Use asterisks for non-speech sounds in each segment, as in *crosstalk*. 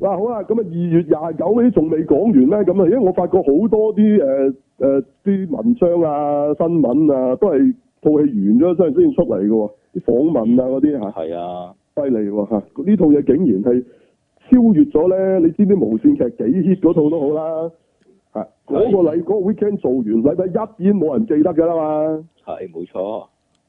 嗱、好啦，咁啊二月廿九嗰啲仲未講完咩？咁啊，因為我發覺好多啲誒誒啲文章啊、新聞啊，都係套戲完咗先先出嚟嘅喎，啲訪問啊嗰啲嚇，係啊，犀利喎嚇！呢套嘢竟然係超越咗咧，你知唔知無線劇幾 hit 嗰套都好啦嚇，嗰、係個禮嗰、個 weekend 做完，禮拜一已經冇人記得㗎啦嘛。係冇錯，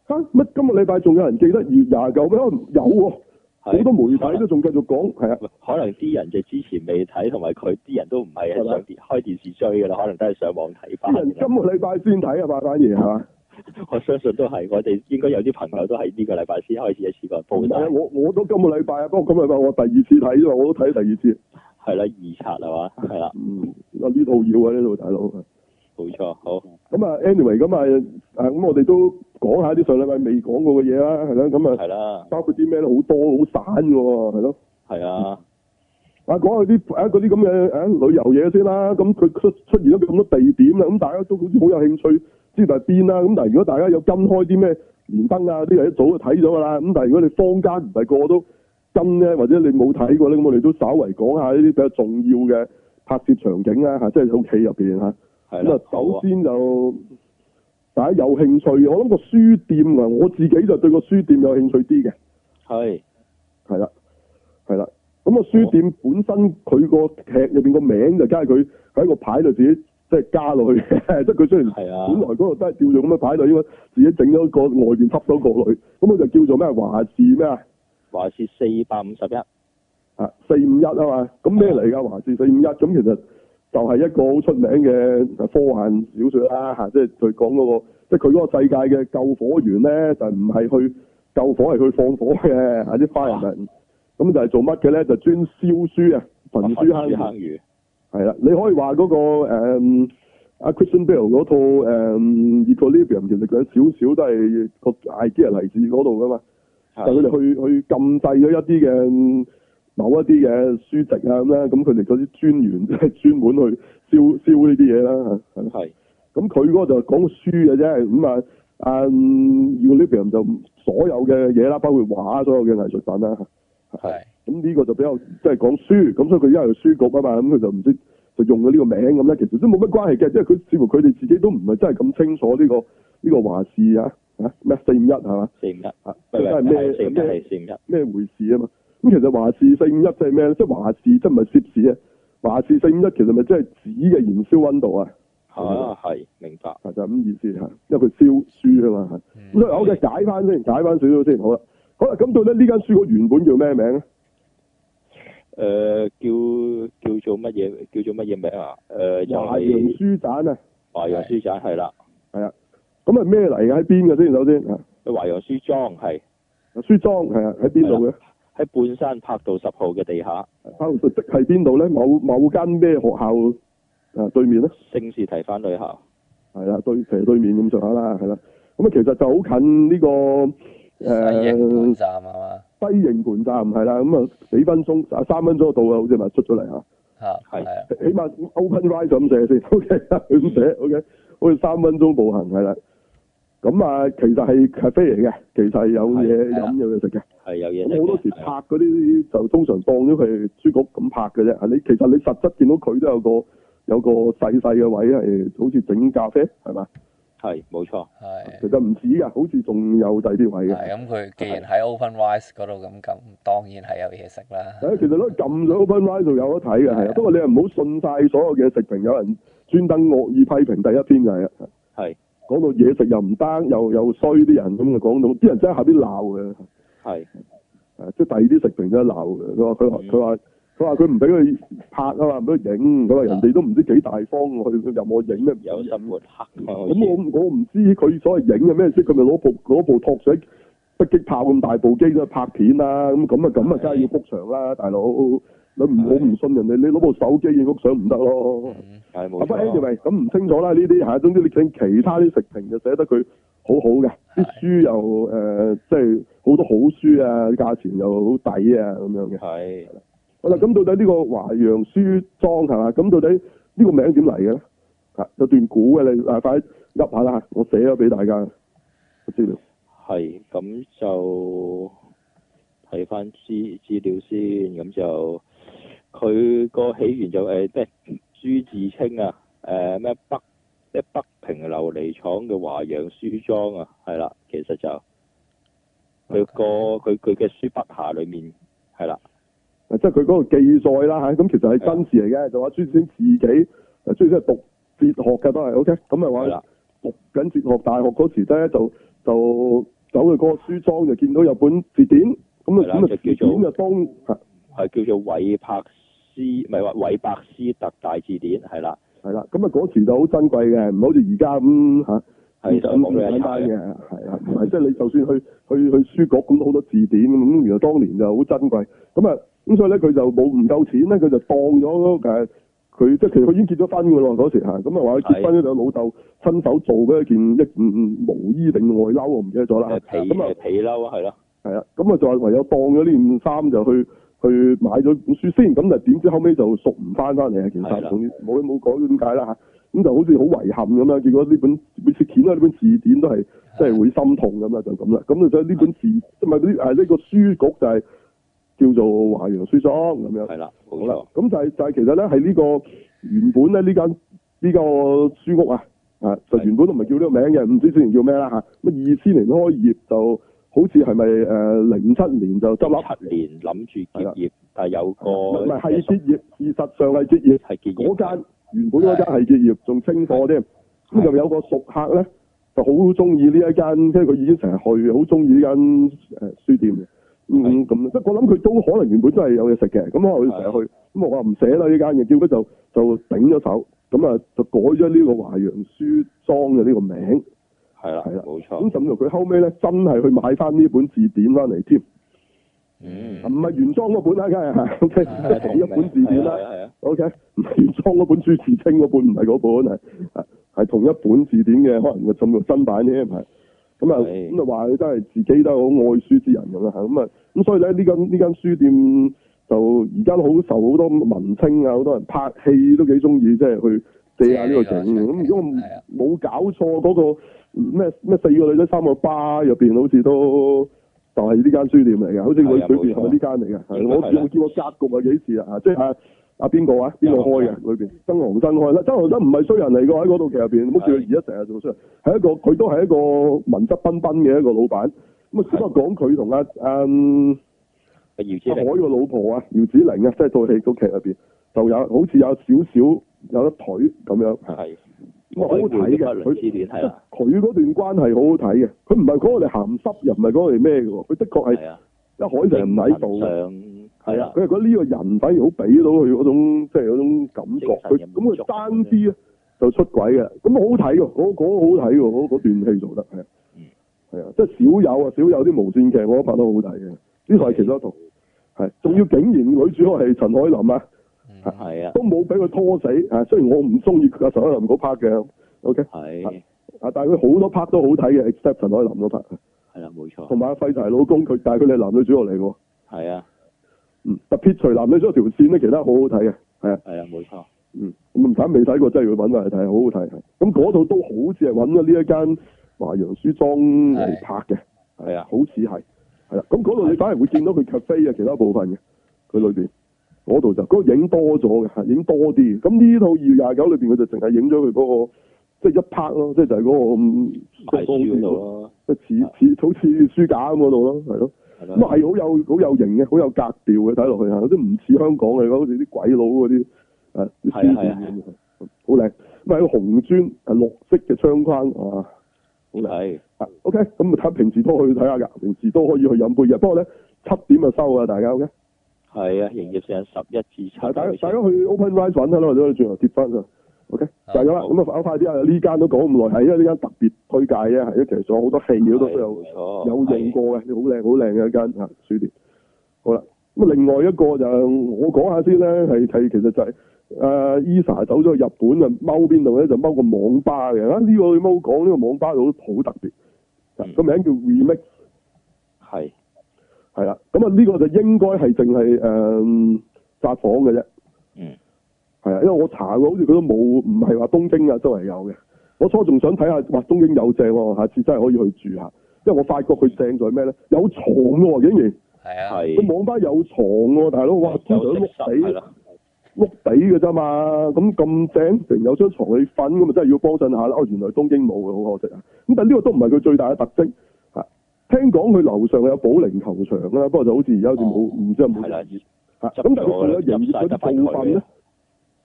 嚇乜、今個禮拜仲有人記得二月廿九咩？有喎、好係多媒體都仲繼續講，係啊。可能啲人就之前未睇，同埋佢啲人都唔係係咪喺上電開電視追㗎啦，可能都係上網睇翻啲人㗎今啦。個禮拜先睇啊嘛，反而係嘛？我相信都係，我哋應該有啲朋友都係呢個禮拜先開始一次過唔報係啊道，我我都今個禮拜啊，不過今個禮拜我第二次睇啫嘛，我都睇第二次。係啦，二刷係嘛，係啦，嗯，啊呢套要啊呢套大佬。冇錯，好，咁啊，anyway，咁啊，啊咁我哋都講下啲上禮拜未講過嘅嘢啦，係咯，咁啊，係啦，包括啲咩咧，好多好散嘅喎，係咯。係啊，啊，講下啲啊嗰啲咁嘅啊旅遊嘢先啦，咁佢出出現咗咁多地點啦，咁大家都好似好有興趣知道係邊啦，咁但係如果大家有跟開啲咩連登啊啲人一早就睇咗㗎啦，咁但係如果你坊間唔係個個都跟咧，或者你冇睇過咧，咁我哋都稍為講下呢啲比較重要嘅拍攝場景啦嚇，即係喺屋企入邊嚇。係咁啦啊，，好首啊，先就大家有興趣，我諗個書店啊，我自己就對個書店有興趣啲嘅。係係啦，係啦。咁啊，書店本身佢個劇入邊個名就梗係佢喺個牌度自己即係加落去 *laughs* 嘅，即係佢雖然係本來嗰啊，度都係叫做咁嘅牌度，應該自己整咗個外邊插咗個落去，咁佢就叫做咩華字咩啊話是四百五十一，啊四五一啊嘛，咁咩嚟㗎華字四五一？咁其實就係一個好出名嘅科幻小說啦嚇，即係佢講嗰個即係佢嗰個世界嘅救火員咧，就唔係去救火係去放火嘅嚇啲 fireman，咁就係做乜嘅咧？就專燒書啊，焚啊書坑儒坑魚，係啦，你可以話嗰、個誒阿、Christian Bale 嗰套誒、Equilibrium 其實佢有少少都係個 idea 嚟自嗰度噶嘛，就啊佢哋去去禁制咗一啲嘅嗯某一啲嘅書籍啊咁啦，咁佢哋嗰啲專員即 *laughs* 係專門去燒燒呢啲嘢啦，係咪係咁佢嗰個就講書嘅啫，咁啊啊 Equilibrium 就所有嘅嘢啦，包括畫所有嘅藝術品啦。啊係咁呢個就比較即係講書，咁所以佢因為書局啊嘛，咁佢就唔知就用咗呢個名咁咧，其實都冇乜關係嘅，即係佢似乎佢哋自己都唔係真係咁清楚呢、個呢、個華氏啊嚇咩四五一係嘛四五一，啊，喂喂，係係四五一咩係四五一，咩回事啊嘛？咁其實華氏四五一即係咩咧？即係華氏即係唔係攝氏啊？華氏四五一其實咪即係紙嘅燃燒温度啊，啊係明白，就係咁意思嚇，因為佢燒書啊嘛嚇。嗯咁所以我嘅解翻先，解翻少少先，好啦，好啦，咁到底呢間書局原本叫咩名咧？誒呃叫叫做乜嘢叫做乜嘢名啊？誒就華陽係書展啊！華陽書展係啦，系啊，咁係咩嚟嘅？喺邊嘅先？首先啊，華陽書莊係。書莊係啊，喺邊度嘅？喺半山柏道十號嘅地下，包括即係邊度咧？某某間咩學校啊？對面咧？聖士提反女校，係啦，對斜對面咁上下啦，係啦。咁啊，其實就好近呢、個呃西營誒盤站啊嘛，西營盤站係啦，咁啊幾分鐘啊三分鐘到啊，好似咪出咗嚟啊。嚇係係啊，起起碼 open rise 咁寫先，OK *laughs* 咁寫，OK，好似三分鐘步行係啦。咁啊，其實係 cafe 嚟嘅，其實係有嘢係係啦飲有嘢食嘅。係啊有嘢咁好多時食拍嘅。嗰啲就通常當咗佢係書局咁拍嘅啫。你其實你實質見到佢都有個有個細細嘅位係好似整咖啡係嘛？係冇錯，係啊其實唔止㗎，好似仲有第啲位嘅。係咁佢既然喺 OpenRice 嗰度咁咁，當然係有嘢食啦。係啊，其實都撳咗 Open Rise 度有得睇嘅，係啊。不過你又唔好信晒所有嘅食評，有人專登惡意批評第一篇就係啊，係講到嘢食又唔得，又又衰啲人咁就講到，啲人真係喺下邊鬧嘅。係誒，即係第二啲食評都係鬧嘅。佢話佢話佢話佢話佢唔俾佢拍啊嘛，唔俾佢影。佢話人哋都唔知幾大方喎，去任我影咩？有生活黑啊！好似咁我我唔知佢所謂影嘅咩色，佢咪攞部攞部托水迫擊炮咁大部機都拍片啦。咁咁啊咁啊，梗係要谷場啦，大佬。你唔我唔信人哋，你攞部手機影谷相唔得咯。嗯係啊冇不過錯， anyway，咁唔清楚啦呢啲啊嚇，總之你睇其他啲食評就寫得佢好好嘅，啲書又誒、呃即係好多好書啊，價錢又好抵啊咁樣嘅。係好嗯啦，咁到底呢個華陽書莊係嘛？咁到底呢個名點嚟嘅咧？嚇有段古嘅你啊，快入下啦，我寫咗俾大家個資料。係咁就睇翻資資料先，咁就佢個起源就誒、即係朱自清啊，誒、咩北即係北平琉璃廠嘅華洋書莊啊，係啦，其實就佢個佢佢嘅書筆下裏面係啦，啊即係佢嗰個記載啦嚇，咁其實係啊真事嚟嘅，就話朱自清自己，啊朱自清係讀哲學嘅都係，OK，咁咪係話啦，讀緊哲學大學嗰時咧，就就走去嗰個書莊就見到有本字典，咁係啊啦咁啊就字叫做典就當啊係係叫做韋柏斯，唔係話韋伯斯特大字典係啦，係啦，咁啊嗰時就好珍貴嘅，唔好似而家咁嚇。係就咁講咁咗一簡查單嘅嗯嘅，係啊，唔係即係你就算去去去書局咁好多字典咁，原來當年就好珍貴。咁啊，咁所以咧佢就冇唔夠錢咧，佢就當咗誒佢即係其實佢已經結咗婚嘅咯嗰時嚇，咁啊話佢結婚咧就老豆親手做嘅一件一件毛衣定外褸，我唔記得咗啦。誒皮咁啊誒皮褸啊係咯，係啊，咁啊就係唯有當咗呢件衫就去去買咗本書先，咁就點知後尾就贖唔翻翻嚟啊件係衫，啦總之冇冇講點解啦嚇。咁就好似好遺憾咁樣，結果呢本每次見到呢本字典都係即係會心痛咁啦，啊就咁啦。咁就呢本字即係咪呢誒呢個書局就係叫做華洋書莊咁樣。係啦，冇好啦錯，，咁就係、就係、其實咧係呢個原本咧呢間呢個書屋啊啊就係原本都唔係叫呢個名嘅，唔知之前叫咩啦嚇。啊乜二千年開業就好似係咪誒零七年就執笠？七年諗住係啦結業，但係有個唔係係係結業，事實上係結業。結業嗰間原本嗰間係結業，仲清貨添。咁就有個熟客咧，就好中意呢一間，即係佢已經成日去，好中意呢間誒書店嘅。嗯，咁即係我諗佢都可能原本真係有嘢食嘅，咁可能佢成日去。咁我話唔捨啦呢間嘢，結果就就頂咗手，咁啊就改咗呢個華洋書莊嘅呢個名。係啦係啦冇錯咁，甚至乎佢後尾咧真係去買翻呢本字典翻嚟添，嗯唔係原裝嗰本啊啦，梗係 OK，即係啊同一本字典啦。係啊係啊。 O *laughs* K，唔係原裝嗰本朱自清嗰本，唔係嗰本，係係係同一本字典嘅，可能個甚至新版添，係咁啊，係咁啊話佢真係自己都係好愛書之人咁啦，係咁啊，咁所以咧呢間呢間書店就而家都好受好多文青啊，好多人拍戲都幾中意，即係去借下呢個景。借呢個咁如果係啊我冇搞錯嗰、個咩咩四個女仔三個巴入邊，好似都就係呢間書店嚟嘅，好似佢係啊裏邊係咪冇錯呢間嚟嘅？係應該我係啦我見過格局啊幾次啊，啊即係啊啊邊個啊？邊個開嘅裏邊？曾航生開啦，曾航生唔係衰人嚟㗎喺嗰度，其實入邊，唔好叫佢而家成日做衰人，係一個佢都係一個文質彬彬嘅一個老闆。咁啊，只不過講佢同阿阿嗯阿姚志阿海玲個老婆啊，姚子玲啊，即係套戲套劇入邊就有好似有少少有得腿咁樣。係，咁好啊好睇嘅，佢佢之戀係啊啦，佢嗰段關係好好睇嘅，佢唔係講我哋鹹濕，又唔係講我哋咩嘅喎，佢的確係係啊，即係海成唔喺度嘅。精神上係係啊啊，，佢係覺得呢個人反而好俾到佢嗰種即係嗰種感覺，佢精神嘅咁滿佢足爭啲啊就出軌嘅，咁好睇喎，嗰嗰好睇喎，嗰嗰段戲做得係啊嗯，係啊，即係少有啊，少有啲無線劇我都拍得好睇嘅，呢套係其中一套，嗯係仲要竟然女主角係陳海琳啊，嗯係啊，都冇俾佢拖死啊，雖然我唔中意阿陳海琳嗰 part 嘅，OK 係啊，但係佢好多 part 都好睇嘅，except 陳海琳嗰 part，係啦，冇錯同，埋阿費柴老公佢，但係佢哋係男女主角嚟嘅喎，係啊，嗯，特撇除男女主角條線咧，其他好好睇嘅，係啊。係啊，冇錯，嗯，咁唔使未睇過，真係要揾埋嚟睇，好好睇。咁嗰度都好似係揾咗呢一間華洋書莊嚟拍嘅，係啊，好似係係啦。咁嗰度你反而會見到佢 cafe 啊，其他部分嘅佢裏邊嗰度就嗰、個影多咗嘅，係影多啲。咁呢套二廿九裏邊，佢就淨係影咗佢嗰個即係一 part 咯，即係就係嗰、個啊嗯賣書嗰度咯，即係似似好似書架咁嗰度咯，係咯。係咁啊係咯，好有好有型嘅，好有格調嘅，睇落去嚇，都唔似香港嘅，好似啲鬼佬嗰啲誒啲書係啊係店啊咁樣好靚。咁啊係個紅磚係綠色嘅窗框啊好靚係啊，OK，咁睇平時都去睇下㗎，平時都可以去飲杯嘅。不過咧七點就收啊，大家 OK，係啊，營業時間十一至七，大家大家去 Open Rise 揾下啦，或者去轉頭貼翻上。OK，好就係咁啦。咁啊，快快啲啊！呢間都講咁耐，係因為呢間特別推介啫，係因為其實仲有好多戲係嗰度都有。冇錯有用過嘅，好靚好靚嘅一間啊書店。好啦，咁啊另外一個就我講下先咧，係係其實就係、誒 Esa 走咗去日本啊，踎邊度咧就踎個網吧嘅啊！呢、個要踎講呢個網吧度都好特別，啊嗯個、名叫 Remix 係係啦。咁啊呢個就應該係淨係誒札幌嘅啫，嗯係啊，因為我查過，好似佢都冇，唔係話東京啊周圍有嘅。我初仲想睇下，哇東京有正喎，下次真係可以去住下，因為我發覺佢正在咩咧，有床喎竟然。係啊，係佢網吧有床喎、大佬，哇，通常有碌食室係地啦，碌地嘅啫嘛，咁咁正，成有張床你瞓咁啊，真係要幫襯下啦。哦，原來東京冇嘅，好可惜啊。咁但係呢個都唔係佢最大嘅特徵嚇。聽講佢樓上有保齡球場啊啦，不過就好似而家好似冇，哦唔知有冇係啦，嚇。咁但係佢仲有營業嗰啲部分咧，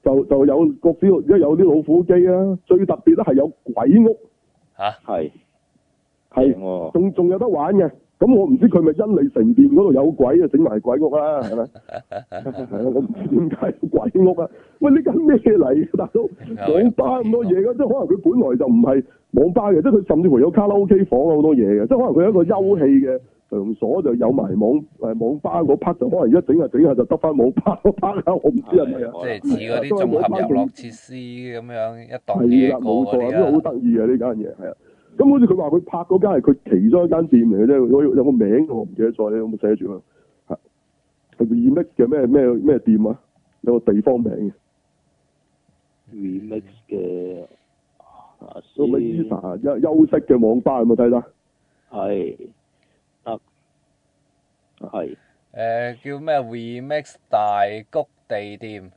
就就有各知而家有啲老虎機啊，最特別咧係有鬼屋，嚇，係係正喎，仲仲有得玩嘅。咁我唔知佢咪因利城店嗰度有鬼啊，整埋鬼屋啦， *laughs* 係咪？係啊，我唔知點解有鬼屋啊！喂，呢間咩嚟啊嘅，大佬？網吧咁多嘢嘅，即係可能佢本來就唔係網吧嘅，即係佢甚至乎有卡拉 OK 房啊好多嘢嘅，即係可能佢有一個休憩嘅場所就有埋網誒網吧嗰 part，就可能而家整下整下就得翻網吧嗰 part 啦，我唔知係咪啊？即係似嗰啲綜合遊樂設施咁樣一檔係嘢啦，冇過錯嗰啊，呢個好啲啊，得意啊呢間嘢係啊。咁好似佢話佢拍嗰間係佢其中一間店嚟嘅啫，有有個名我唔記得咗，你有冇寫住啊？係係 remix 嘅咩咩咩店啊？有個地方名嘅，嗰個 remix À, 嘅啊先 Lisa 休休息嘅網吧有啊冇睇得？係得係誒叫咩 Remix 大谷地店，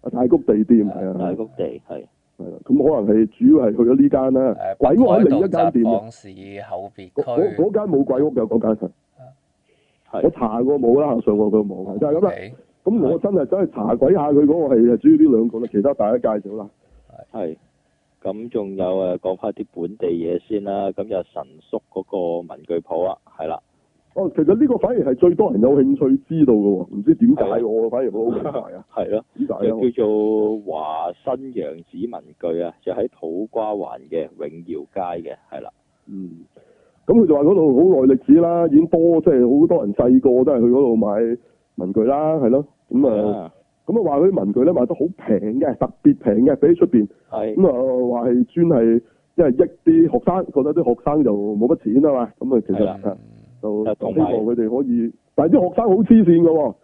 啊大谷地店係啊，大谷地係係啦，咁可能係主要係去咗呢間啦誒。鬼屋喺北另一海道間集店啊，港市後別嗰嗰區嗰間冇鬼屋嘅嗰間係，啊我係查過冇啦，上過佢冇，就係咁啦。 OK，咁我真係真係查鬼下佢嗰個係主要呢兩個啦，其他大家介紹啦。係。咁仲有誒講翻啲本地嘢先啦，咁有神叔嗰個文具鋪啊，係啦，哦，其實呢個反而係最多人有興趣知道嘅喎，唔知點解係我反而冇好奇怪 *laughs* 啊？係咯。點解啊？就叫做華新洋子文具啊，就喺土瓜灣嘅永耀街嘅，係啦，嗯，咁佢就話嗰度好耐歷史啦，已經多即係好多人細個都係去嗰度買文具啦，係咯。咁啊，啊咁啊話佢啲文具咧賣得好平嘅，特別平嘅，比起出邊。係咁啊話係專係即係益啲學生，覺得啲學生就冇乜錢啊嘛，咁啊其係啦實啊嗯就啊就同希埋望佢哋可以，但係啲學生好黐線嘅喎，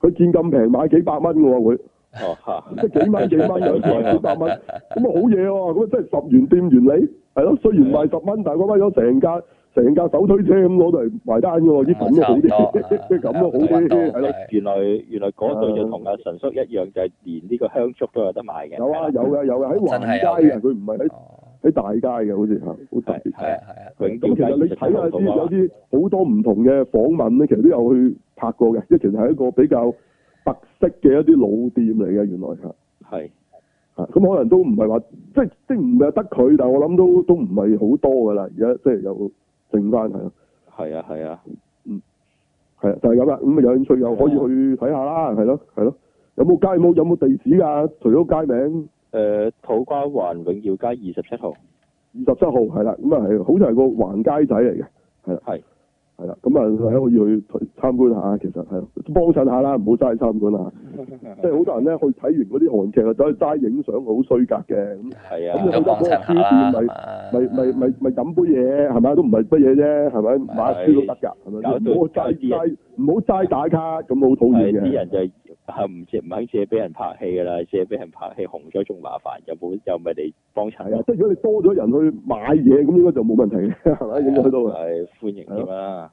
佢見咁平買幾百蚊嘅喎會，哦嚇，即係幾蚊幾蚊有時係幾百蚊，咁啊好嘢喎，咁啊真係十元店原理係咯，雖然賣十蚊，但係佢買咗成架成架手推車咁攞嚟埋單嘅喎，啲咁都好啲，即係咁都啊好啲，係 *laughs* 咯。原來原來嗰啊度就同阿神叔一樣，就係連呢個香燭都有得賣嘅，有啊係啦有嘅有嘅喺真係橫街有嘅，嘅佢唔係喺哦，喺大街嘅，好似嚇，好特別。係啊係啊，永咁耀其實街你睇下就啲係有啲好多唔同嘅訪問咧，其實都有去拍過嘅，即係其實係一個比較特色嘅一啲老店嚟嘅，原來嚇係嚇，咁可能都唔係話即係即係唔係得佢，但係我諗都都唔係好多噶啦，而家即係有剩翻係啊，係啊係啊，係啊，就係咁啦，咁啊有興趣又可以去睇下啦，係咯係咯，有冇街冇有冇地址㗎？除咗街名誒土瓜灣永耀街二十七號，二十七號係啦，咁啊係好似係個橫街仔嚟嘅。係係啦，咁啊，大家可以去參觀下，其實係幫襯下啦，唔好齋參觀 *laughs* 啦。啊即係好多人咧去睇完嗰啲韓劇啊，走去齋影相好衰格嘅，咁係咁你都去啊，得幫襯下啦，係嘛咪咪咪咪飲杯嘢係咪？都唔係乜嘢啫，係咪？買下書都得㗎，係咪？搞到唔好搞齋啲人齋唔好齋打卡，咁好討係厭啲嘅。人就係唔借唔肯借俾人拍戲㗎啦，借俾人拍戲紅咗仲麻煩，又冇又咪嚟幫係啊襯，，即係如果你多咗人去買嘢，咁應該就冇問題嘅，係啊咪？應該去到係歡迎添啦，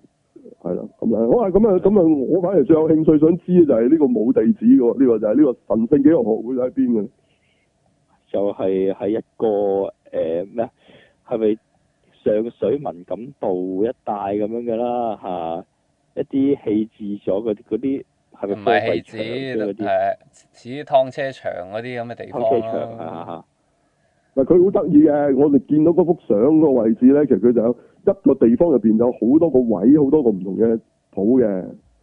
係啦，咁啊，好啊，咁啊，咁啊，我反而最有興趣想知嘅就係呢個冇地址嘅喎，呢個就係呢個神聖紀律學會喺邊嘅。就係喺一個誒咩啊係咪上水文錦渡一帶咁樣㗎啦嚇，一啲棄置咗嗰啲嗰啲係咪唔係貨戲櫃場嗰子，啲係似啲劏車場嗰啲咁嘅地方停車場咯。啊嗱，佢好得意嘅，我哋見到嗰幅相個位置咧，其實佢就有一個地方入邊有好多個位，好多個唔同嘅鋪嘅，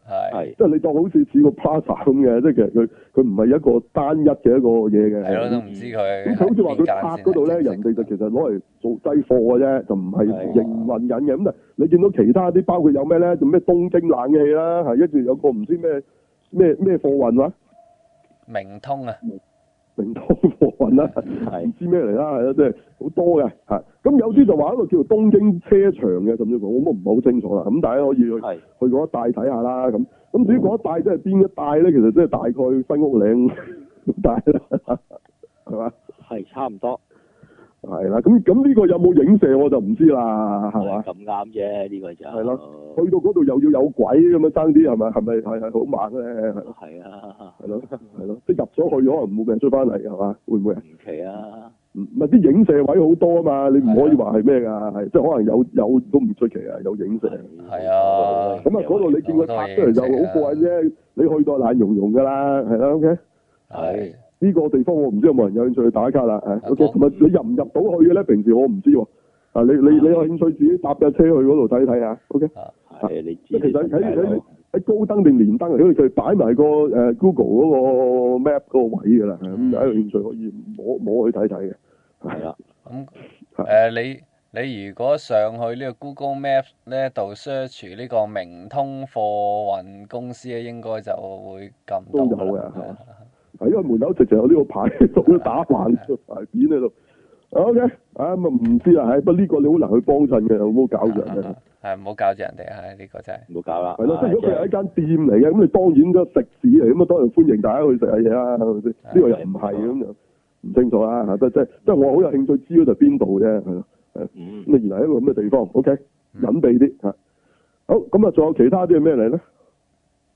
係係即係你當好似似個 plaza 咁嘅，即係其實佢佢唔係一個單一嘅一個嘢嘅。係咯，都唔知咁佢佢。嗯好似話佢啊拍嗰度咧，人哋就其實攞嚟做低貨嘅啫，就唔係係營運緊嘅。咁但係你見到其他啲包括有咩咧，就咩東京冷氣啦，係跟住有個唔知咩咩咩貨運啦，明通啊，明通貨運啦。係唔知咩嚟啦，係啦，即係好多嘅嚇。咁有啲就話一個叫做東京車場嘅，甚至乎我都唔係好清楚啦。咁大家可以去係去嗰一帶睇下啦。咁咁至於嗰一帶即係邊一帶咧，其實即係大概新屋嶺咁大啦，係嘛？係差唔多係啦，咁咁呢個有冇影射我就唔知啦，係嘛？咁啱啫，呢個就係去到嗰度又要有鬼咁樣爭啲係咪？係咪係係好猛咧？係係啊，係咯係咯，即係入咗去可能冇命追翻嚟係嘛？會唔會啊？唔奇啊，唔唔係啲影射位好多啊嘛，你唔可以話係咩㗎？係即係可能有有都唔出奇啊，有影射。係啊咁啊，嗰度你見佢拍出嚟就好過癮啫，你去到懶融融㗎啦，係啦，OK。係呢個地方我唔知有冇人有興趣去打卡啦。啊啊，OK，講同埋你入唔入到去嘅咧？平時我唔知喎。啊，你你你有興趣自己搭架車去嗰度睇睇下。OK，係你即係其知實喺喺喺高登定連登啊，佢佢擺埋個誒 Google 嗰個 map 嗰個位㗎啦。咁嗯有興趣可以摸摸去睇睇嘅。係啦，咁係誒你你如果上去呢個 Google Map 呢度 search 呢個明通貨運公司咧，應該就會撳到都有㗎啦嘅係嘛係因為門口直情有呢個牌 *laughs* 喺度，都打橫個牌匾喺度。OK，啊咁啊唔知啦，唉，不過呢個你好難去幫襯嘅，有冇搞係着 *laughs* 嘅？係唔好教住人哋啊！呢個真係唔好搞啦，係咯，即係如果佢係一間店嚟嘅，咁你當然都係食肆嚟，咁啊當然歡迎大家去食下嘢啦，係咪先？呢個又唔係咁就唔清楚啦，嚇即係即係即係我好有興趣知嗰度係邊度啫，係咯。嗯，咁啊，原來係一個咁嘅地方，OK，嗯隱蔽啲嚇。好，咁啊，仲有其他啲係咩嚟咧？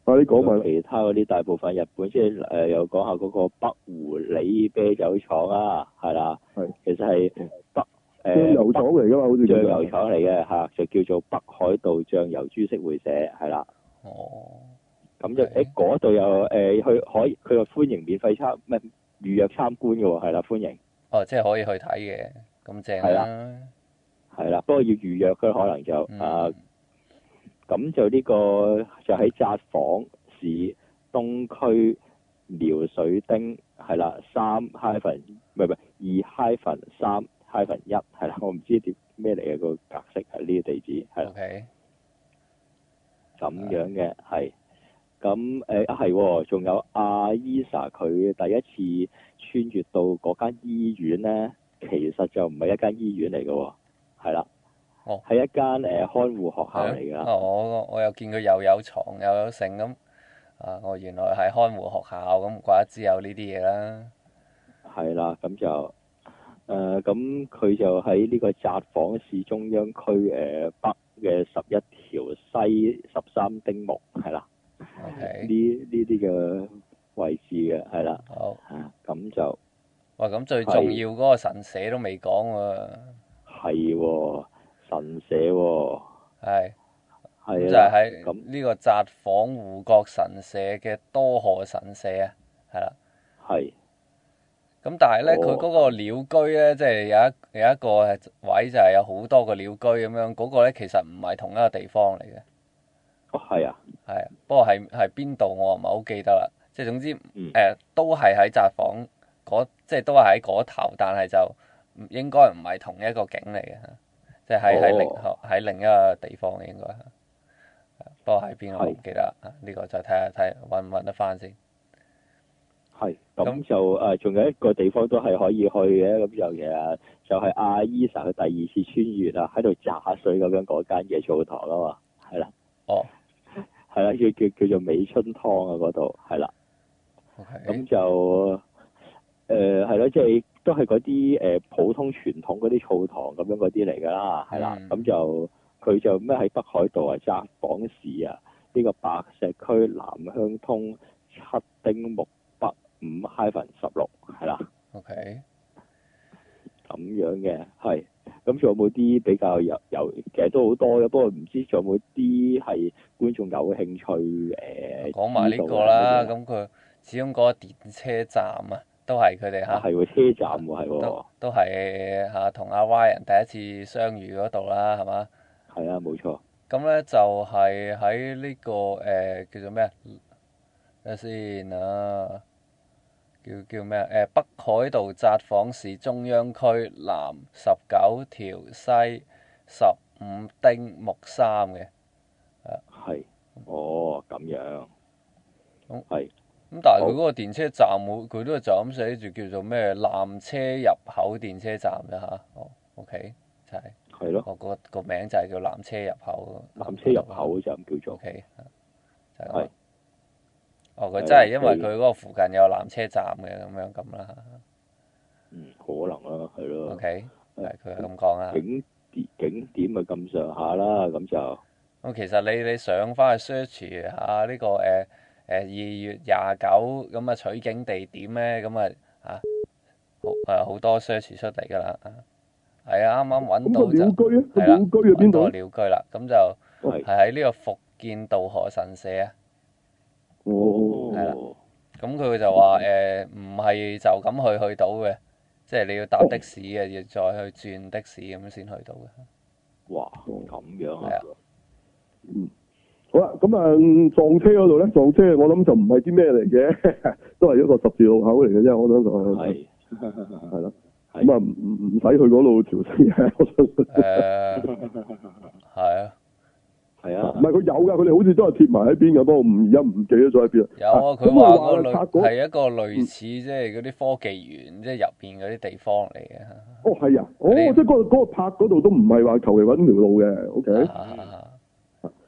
啊，你講埋啦。其他嗰啲大部分日本，即係誒又講下嗰個北湖里啤酒廠啊，係啦，係其實係北醬誒油廠嚟㗎嘛，好似醬叫做啊油廠嚟嘅嚇，就叫做北海道醬油株式會社係啦。哦，咁就 Okay 喺嗰度又誒去可以佢又歡迎免費參咩預約參觀嘅喎，係啦歡迎哦，即係可以去睇嘅，咁正係啦。係啦，不過要預約佢可能就嗯啊咁就呢個就喺札幌市東區遼水町係啦三 hyphen 唔係唔係二 hyphen 三 hyphen 一係啦，我唔知點咩嚟嘅個格式係呢個地址係啦 OK，咁啊樣嘅係。咁誒啊係喎，仲有阿 Elsa 佢第一次穿越到嗰間醫院咧，其實就唔係一間醫院嚟嘅喎，係啦，哦係一間誒、呃看護學校嚟㗎，哦，我我又見佢又有床又有剩咁，啊，我原來係看護學校咁，唔怪得知有呢啲嘢啦。係啦，咁就誒咁佢就喺呢個札幌市中央區誒、呃北嘅十一條西十三丁目係啦，呢 OK，呢啲嘅位置嘅係啦，好。啊咁就。哇，咁最係重要嗰個神社都未講喎，係喎，神社喎，係咁係就啦，係喺咁呢個札幌護國神社嘅多賀神社啊，係啦。係咁但係咧，佢哦嗰個鳥居咧，即係有一有一個位就係有好多個鳥居咁樣，嗰個咧其實唔係同一個地方嚟嘅，哦係啊，係啊不過係係邊度我唔係好記得啦。即係總之誒、嗯都係喺札幌嗰，即係都係喺嗰頭，但係就唔應該唔係同一個景嚟嘅，即係喺喺另哦喺另一個地方嘅應該係。不過喺邊我唔記得啦，啊呢個就睇下睇下揾唔揾得翻先。係咁咁就誒，仲、有一個地方都係可以去嘅，咁就嘢啊，就係阿 Elsa 佢第二次穿越啊，喺度炸水咁樣嗰間嘢澡堂啊嘛，係啦，哦係啦，叫叫叫做美春湯啊嗰度，係啦， ，OK，咁就誒係咯，即係都係嗰啲誒普通傳統嗰啲澡堂咁樣嗰啲嚟㗎啦，係啦嗯，咁、就佢就咩喺北海道啊，札幌市啊，呢、個白石區南鄉通七丁目北五 hyphen 十六係啦， OK，咁樣嘅係。咁仲有冇啲比較有有其實都好多嘅，不過唔知仲有冇啲係觀眾有興趣呃誒？講埋呢個啊啦。咁佢始終嗰個電車站啊，都係佢哋係嚇，喎，車站喎，係喎都。都係嚇同阿 Y 人第一次相遇嗰度啦，係嘛？係啊，冇錯，咁咧就係喺呢個誒、叫做咩啊？睇下先啊，叫叫咩啊？誒、北海道札幌市中央區南十九條西十五丁目三嘅。係，哦，咁樣，好係，咁但係佢嗰個電車站，冇佢都就咁寫住叫做咩纜車入口電車站啫嚇。哦，OK，就係、係咯，個個個名就係叫纜車入口。纜車入。口就咁叫做， OK，就係咁係啦。哦，係佢啊真係因為佢佢嗰個附近有纜車站嘅咁樣咁啦。嗯嗯，可能啦，係咯， OK，係佢係咁講啊。景點景點啊咁上下啦，咁就咁其實你你上翻去 search 下呢、個誒誒二月廿九咁啊取景地點咧，咁啊嚇好誒好多 search 出嚟㗎啦。係啊，啱啱咁揾個到就鳥居咧，個係啦鳥居喺邊揾度到呢鳥居啦，咁就係係喺呢個福建道河神社啊。哦，係啦咁佢就話誒唔係就咁去去到嘅，即係你要搭的士嘅，要再去轉的士咁先去到嘅。哇咁樣係啊啊，好啦，咁啊嗯撞車嗰度咧，撞車我諗就唔係啲咩嚟嘅， *laughs* 都係一個十字路口嚟嘅啫，我想講啊係係啦，係咁啊唔唔唔使去嗰度調整嘅， *laughs* 我相信。誒係啊，係唔啊，係佢有㗎，佢哋好似都係貼埋喺邊㗎，不過唔而家唔記得咗喺邊啦。有啊，佢咁話我嗰話嗯拆類嗰係一個類似即係嗰啲科技園，即係入邊嗰啲地方嚟嘅。哦係啊，哦你即係嗰個嗰個拍嗰度都唔係話求其揾條路嘅，OK，啊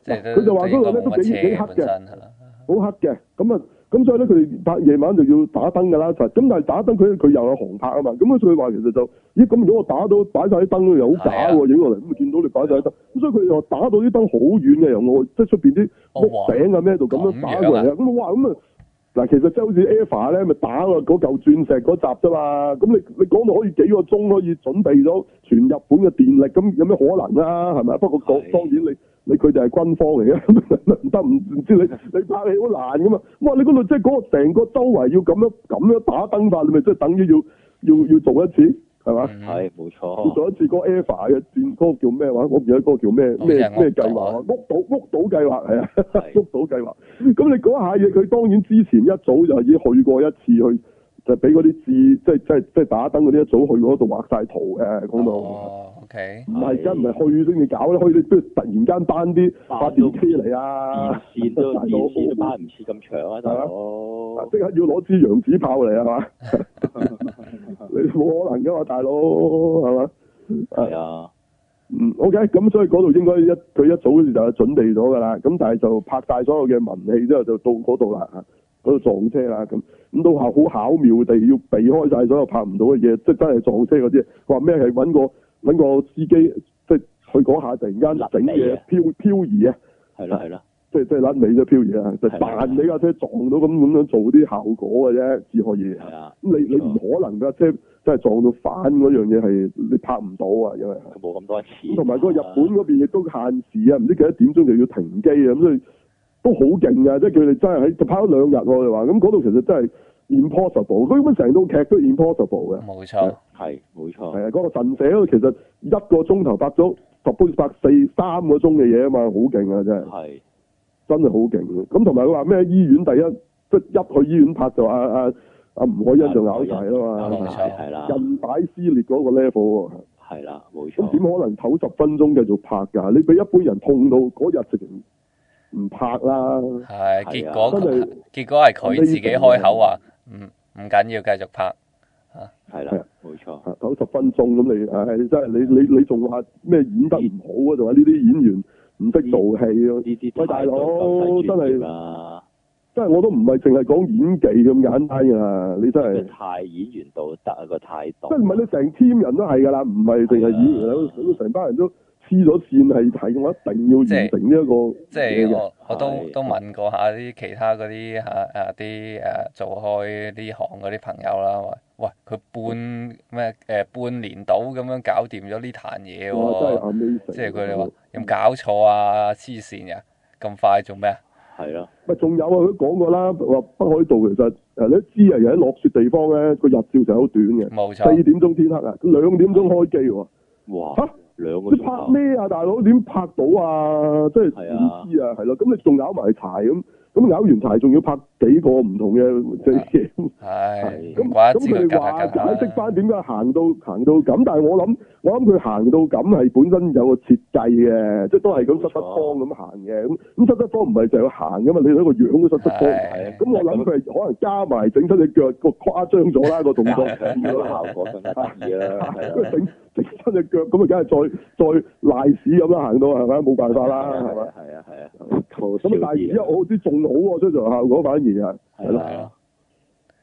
即係佢就話都應嗰個該咧冇都幾乜幾車黑嘅本身係啦。好黑嘅，咁啊咁所以咧佢哋打夜晚就要打燈㗎啦，就係咁但係打燈佢佢又有航拍啊嘛，咁所以話其實就咦咁如果我打到擺晒啲燈咧又好假係喎，影落嚟咁啊見到你擺晒啲燈，咁所以佢又話打到啲燈好遠嘅，由我即係出邊啲屋哦哇頂啊咩度咁樣打過嚟啊，咁哇咁啊！嗱，其實即係好似 Eva 咧，咪打個嗰嚿鑽石嗰集啫嘛。咁你你講到可以幾個鐘可以準備咗全日本嘅電力，咁有咩可能啊？係咪？不過講係當然你你佢哋係軍方嚟嘅， *laughs* 唔得唔唔知你你拍戲好難噶嘛。哇！你嗰度即係嗰個成個周圍要咁樣咁樣打燈法，你咪即係等於要要要做一次係嘛？嗯係冇要錯，做一次嗰個 EVA 嘅戰歌叫咩話？我唔記得嗰個叫咩好似係咩屋咩島計劃啊啊？屋島屋島計劃係啊，係屋島計劃。咁你嗰下嘢，佢當然之前一早就已經去過一次去，就俾嗰啲字即係即係即係打燈嗰啲一早去嗰度畫晒圖嘅講到。哦，OK，唔係，係梗唔係去先至搞啦，去你都要突然間班啲發電機嚟啊電！線都大佬電線都擺唔切咁長啊，大佬，即刻要攞支洋紙炮嚟係 *laughs* 嘛？ *laughs* 你冇可能噶嘛，大佬係嘛？係啊，嗯，OK，咁所以嗰度應該一佢一早就準備咗㗎啦，咁但係就拍晒所有嘅文戲之後就到嗰度啦，啊嗰度撞車啦，咁咁都好巧妙地要避開晒所有拍唔到嘅嘢，即係真係撞車嗰啲，話咩係揾個揾個司機，即係佢嗰下突然間整甩尾嘢啊漂漂移啊，係啦係啦，即係即係甩尾咗漂移啊，就係啦扮你架車撞到咁咁樣做啲效果嘅啫，只可以。係啊，咁你你唔可能㗎，即係真係撞到反嗰樣嘢係你拍唔到啊，因為。佢冇咁多錢，同埋嗰個日本嗰邊亦都限時啊，唔知幾多點鐘就要停機啊，咁所以都好勁啊！即係佢哋真係喺就拍咗兩日喎，我哋話咁嗰度其實真係 impossible，佢根本成套劇都 impossible 嘅。冇錯，係冇錯，係啊，嗰、個神社嗰度其實一個鐘頭拍咗 suppose 拍四三個鐘嘅嘢啊嘛，好勁啊！真係係真係好勁啊咁同埋佢話咩醫院第一，即係一去醫院拍就阿阿阿吳海欣就咬晒啦冇嘛，錯係啊啦，韌帶撕裂嗰個 level 喎。係啦，冇咁點錯，可能唞十分鐘繼續拍㗎？你俾一般人痛到嗰日直情唔拍啦，係係結啊果真嗯係結果係佢自己開口話唔唔緊要，繼續拍。係啦，冇錯，啊唞十分鐘咁你，唉、真係你你你仲話咩演得唔好啊？仲話呢啲演員唔識做戲啊！呢啲喂大佬真係啦，真係我都唔係淨係講演技咁簡單㗎啦，你真係即係。太演員道德個態度，即係唔係你成 team 人都係㗎啦，唔係淨係演員啦，係啊咁成班人都黐咗線係睇，我一定要即完係成呢、一個即係嘢嘅我我都係都問過下啲其他嗰啲嚇誒啲誒做開呢行嗰啲朋友啦，話喂佢半咩誒、半年到咁樣搞掂咗呢壇嘢哇真係喎， amazing。即係佢哋話有冇搞錯啊？黐線嘅，咁快做咩啊？係咯，咪仲有啊！佢講過啦，話北海道其實誒你都知啊，又喺落雪地方咧，個日照就係好短嘅，冇錯四，點鐘天黑啊，兩點鐘開機喎。哇嚇，兩個你鐘拍頭，咩啊，大佬？點拍到啊？即係係啊點知啊？係咯，咁你仲咬埋柴咁，咁咬完柴仲要拍幾個唔同嘅即係嘢。唉，係啊唔咁怪咁得知佢佢哋夾下話夾下解釋啦翻點解行到行到咁，但係我諗我諗佢行到咁係本身有個設計嘅，即係都係咁失失方咁行嘅。咁咁失失方唔係就係行噶嘛，你睇個樣都失失方。係咁我諗佢係可能加埋整出隻腳個誇張咗啦個動 *laughs* 作，啊呢個效果更加得意啦，係佢整整出隻腳咁啊，梗係再再賴屎咁啦，行到係咪？冇辦法啦，係咪？係啊係啊，咁啊，賴屎我好似仲好喎，出場效果反而係係係咯啦，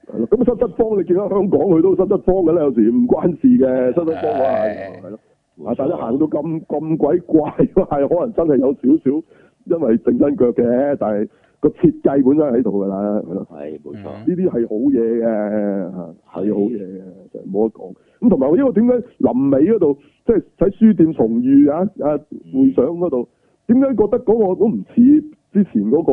係咯，咁咁失德方你見到香港佢都失德方㗎啦，有時唔關事嘅失德方啊，係係咯。啊！但係行到咁咁鬼怪，係可能真係有少少因為整親腳嘅，但係個設計本身喺度㗎啦，係咯。係冇錯，呢啲係好嘢嘅，嚇係好嘢啊嘅，就冇得講。咁同埋我因為點解臨尾嗰度，即係喺書店重遇啊啊嗯會長嗰度，點解覺得嗰個都唔似之前嗰、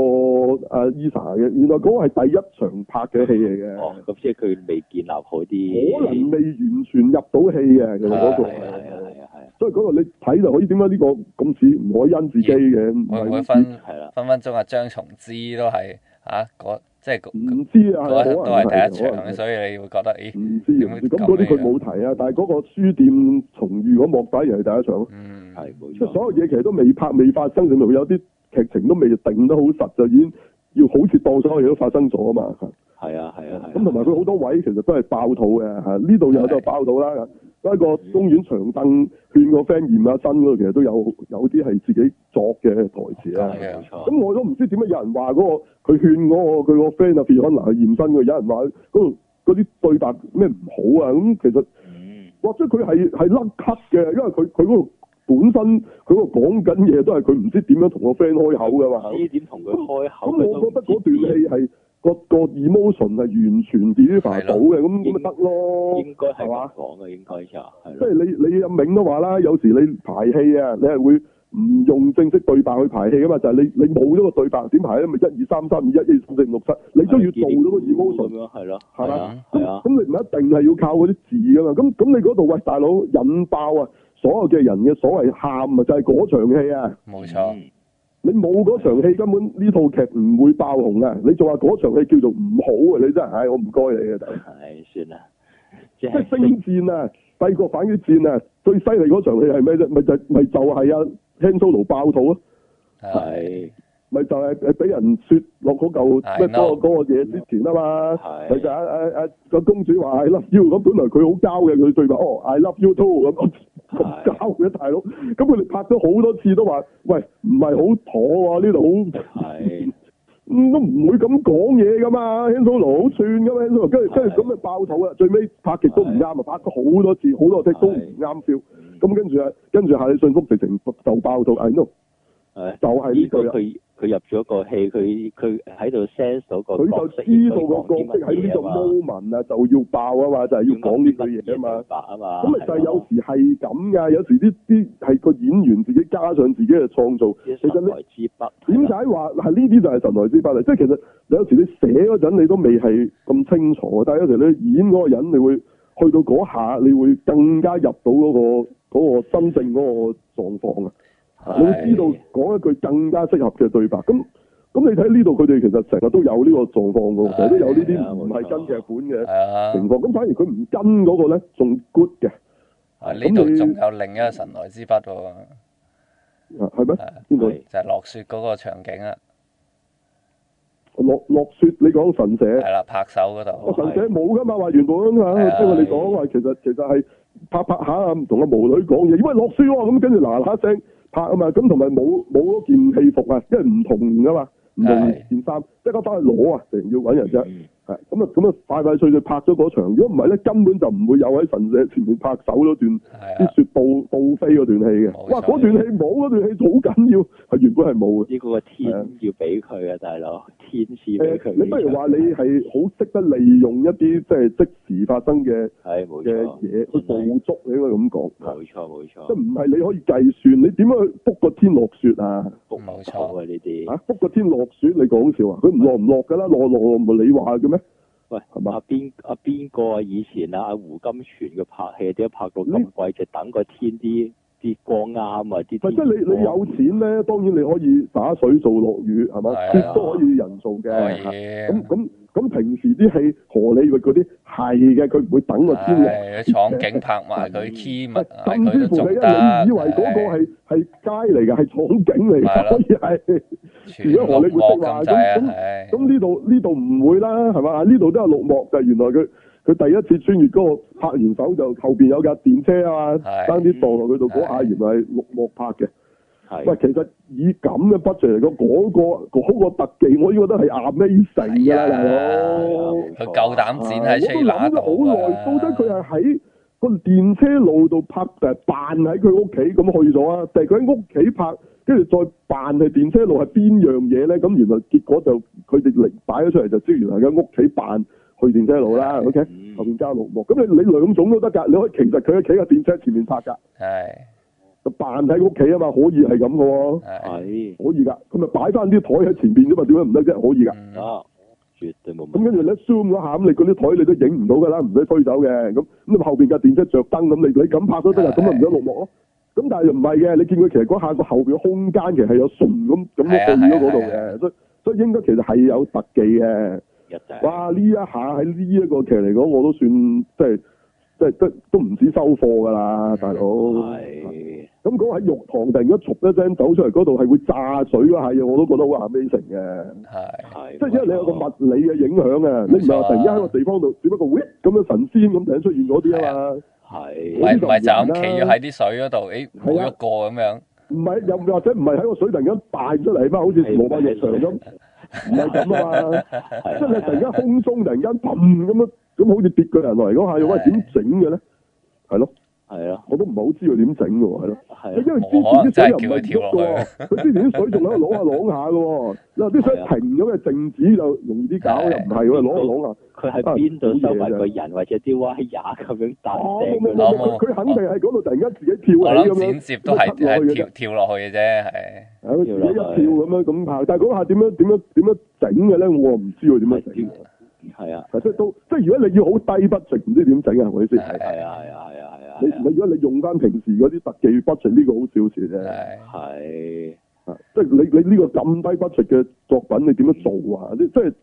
個啊 Elsa 嘅？原來嗰個係第一場拍嘅戲嚟嘅。哦，咁即係佢未建立好啲，可能未完全入到戲嘅，其實嗰個係啊係啊係啊係啊所以嗰個你睇就可以點解呢個咁似唔可以因自己嘅，唔會唔會係分係啦，分分鐘啊張松之都係嚇嗰即係嗰唔知啊，嗰可一能都係第一可能場，所以你會覺得咦唔知唔知咁點嗰會啲咁佢冇提啊，但係嗰個書店重遇嗰幕反而係第一場咯，嗯係冇即係錯，所有嘢其實都未拍未發生，甚至乎有啲劇情都未定得好實，就已經要好似當所有嘢都發生咗啊嘛。係啊係啊係啊，咁同埋佢好多位其實都係爆肚嘅嚇，呢度有就爆肚啦，喺個公園長凳勸個 friend 驗下身嗰度，其實都有有啲係自己作嘅台詞啦。係冇錯，咁我都唔知點解有人話嗰、個佢勸嗰、個佢個 friend 啊 Fiona 去驗身嘅，有人話嗰度嗰啲對白咩唔好啊，咁其實嗯或者佢係係甩咳嘅，因為佢佢嗰度本身佢嗰度講緊嘢都係佢唔知點樣同個 friend 開口噶嘛。呢點同佢開口，咁我覺得嗰段戲戲係個個 emotion 係完全 deliver 到嘅，咁咁咪得咯。應該係咁講嘅，應該就係即係咯，你你阿銘都話啦，有時你排戲啊，你係會唔用正式對白去排戲噶嘛？就係、你你冇咗個對白點排咧？咪一二三三二一二三四五六七，你都要做到個 emotion 咁。樣係咯，係啊嘛？係咁啊咁，你唔一定係要靠嗰啲字噶嘛？咁咁你嗰度喂大佬引爆啊！所有嘅人嘅所謂喊啊，就係嗰場戲啊！冇錯，嗯你冇嗰場戲，根本呢套劇唔會爆紅啊！你仲話嗰場戲叫做唔好啊！你真係，唉，我唔該你啊！大佬係算啦，即即係係星戰啊，帝國反擊戰啊，最犀利嗰場戲係咩啫？咪就咪就係啊 Han Solo 爆肚咯，嗯啊係咪就係誒俾人雪落嗰嚿 I 咩 know 嗰個嗰個嘢之前啊嘛。佢就係啊啊啊個公主話 I love you，咁本來佢好交嘅，佢對白哦 I love you too 咁咁 *laughs* 係交嘅大佬，咁佢哋拍咗好多次都話，喂唔係好妥喎呢度好。係嗯都唔會咁講嘢噶嘛 h a n s o l 好串噶嘛 h a n s o l 跟住跟住咁咪爆肚啦，最尾拍極都唔啱啊，拍咗好多次，好多 take 都唔啱 feel，咁跟住啊，跟住夏利信福直情就爆肚，哎 no，係。就係呢句啊如啦果，佢佢入咗個戲，佢佢喺度 sense 到個佢角就色知道應該個講啲角色喺呢個乜嘢啊嘛 moment 啊就要爆啊嘛，就係要講呢句嘢啊嘛，啊嘛，咁咪就係有咯時係咁噶，有時啲啲係個演員自己加上自己嘅創造，啲其實神你來之筆，點解話係呢啲就係神來之筆嚟？即係其實你有時你寫嗰陣你都未係咁清楚，但係有時你演嗰個人，你會去到嗰下，你會更加入到嗰、個嗰、個真正嗰個狀況啊！係你會知道講一句更加適合嘅對白。咁咁你睇呢度佢哋其實成日都有呢個狀況嘅喎，成日都有呢啲唔係跟劇本嘅係啊，情況。咁反而佢唔跟嗰個咧仲 good 嘅，啊呢度仲有另一個神來之筆喎，啊係咩？係邊度係就係落雪嗰個場景啊啦，落落雪？你講神社？係啦，拍手嗰我度，神社冇噶嘛，話原本嚇，哦係啊即係我哋講話，其實其實係拍拍下啊，唔同個巫女講嘢，因為落書喎，咁跟住嗱嗱聲拍啊嘛，咁同埋冇冇嗰件戲服啊，因為唔同噶嘛，唔同係件衫，即刻翻去攞啊，突然要揾人啫，嗯係咁啊咁啊快快脆脆拍咗嗰場，如果唔係咧根本就唔會有喺神社前面拍手嗰段係啊啲，雪倒倒飛嗰段戲嘅冇，錯哇嗰段戲冇嗰段戲好緊要，係原本係冇嘅。呢個個天係啊要俾佢啊，大佬，天賜俾誒呃佢。你不如話你係好識得利用一啲即係即時發生嘅。係冇嘅錯，嘢去捕捉，你應該咁講，冇錯冇錯即係，唔係你可以計算，你點樣去 book 個天落雪啊？冇冇錯啊呢啲。啊，book 個天落雪，你講笑啊？佢唔落唔落㗎啦，落落落唔係你話嘅咩？喂，係嘛阿邊阿邊個啊？以前啊，阿胡金铨嘅拍戲點解拍到咁貴？就等個天啲啲光啱啊！啲咪即係嗯你你有錢咧，當然你可以打水做落雨係嘛係啊，雪都可以人造可嘅。嚇咁以，咁咁平時啲戲荷里活嗰啲係嘅，佢唔會等個天落。係廠景拍埋佢 key 物，啊係埋甚至啊佢都乎仲你得，啊，你以為嗰個係係街嚟嘅，係廠景嚟係嘅，啦所以係。全綠幕咁滯啊，係咁呢度呢度唔會啦，係嘛？呢度都有綠幕嘅，原來佢佢第一次穿越嗰個拍完手就後邊有架電車啊嘛，係爭啲墮落佢度嗰下，係原來係綠幕拍嘅。係喂，其實以咁嘅 budget 嚟講，嗰、個嗰、個特技，我已經覺得係 amazing 㗎啦，係啊大佬。係啊佢夠膽我剪喺吹拿都諗度咗好耐，到底佢係喺個電車路度拍誒扮喺佢屋企咁去咗啊？定係佢喺屋企拍，跟住再扮係電車路係邊樣嘢咧？咁原來結果就佢哋嚟擺咗出嚟就知原來喺屋企扮去電車路啦。OK，嗯後面加綠幕，咁你你兩種都得㗎，你可以其實佢喺企喺電車前面拍㗎，係就扮喺屋企啊嘛，可以係咁嘅喎。係係可以㗎，佢咪擺翻啲台喺前邊啫嘛，點解唔得啫？可以㗎。嗯啊，絕對冇問題。咁跟住咧 zoom 嗰下，咁你嗰啲台你都影唔到㗎啦，唔使推走嘅。咁咁你後邊架電車着燈咁，你你咁拍都得啊，係咁咪唔使落幕咯。咁但係又唔係嘅，你見佢其實嗰下個後邊空間其實係有順咁咁係啊樣去咗嗰度係啊係嘅，所以所以應該其實係有特技嘅。一定哇！呢一下喺呢一個劇嚟講，我都算即係即係都都唔止收貨㗎嗯啦，大佬。係咁嗰個喺浴堂突然間嘈一聲走出嚟，嗰度係會炸水嗰下嘢，我都覺得好 amazing 嘅。係係，即係因為你有個冇錯物理嘅影響啊，你唔係話突然間喺個地方度，只不過 w 咁樣神仙咁突然出現嗰啲啊嘛，唔係係唔係就咁企咗喺啲水嗰度，誒冇喐過咁樣，唔係又或者唔係喺個水突然間彈出嚟嘛，好似係羅馬浴場咁，唔係咁啊嘛，即係你突然間空中突然間砰咁樣，咁好似跌個人落嚟嗰下，又喂係點整嘅咧？係咯，係咯我都唔係好知佢點整嘅喎，係咯，係啊因咯為之前啲水又唔係喐我可嘅喎，能佢之前啲水仲喺度攞下攞下嘅喎，嗱啲水係啊停咗嘅靜止就容易啲搞，係又唔係喎，攞下攞下。佢喺邊度收埋個人或者啲歪牙咁樣哦，冇冇冇冇彈掟冇佢冇佢佢肯定係嗰度突然間自己跳我起咁諗樣，剪接都係咁樣係吸跳落去嘅啫跳落去嘅啫，係係佢自己一跳落去跳咁樣咁拍，但係嗰下點樣點樣點樣整嘅咧？我唔知佢點樣整係嘅。係啊係即係都即係如果你要好低 budget，唔知點整啊？係咪先？係係啊係啊係啊係啊你你如果你用翻平時嗰啲特技 budget，呢個好小事啫。係係啊即係你你呢個咁低 budget 嘅作品，你點樣做啊？即即係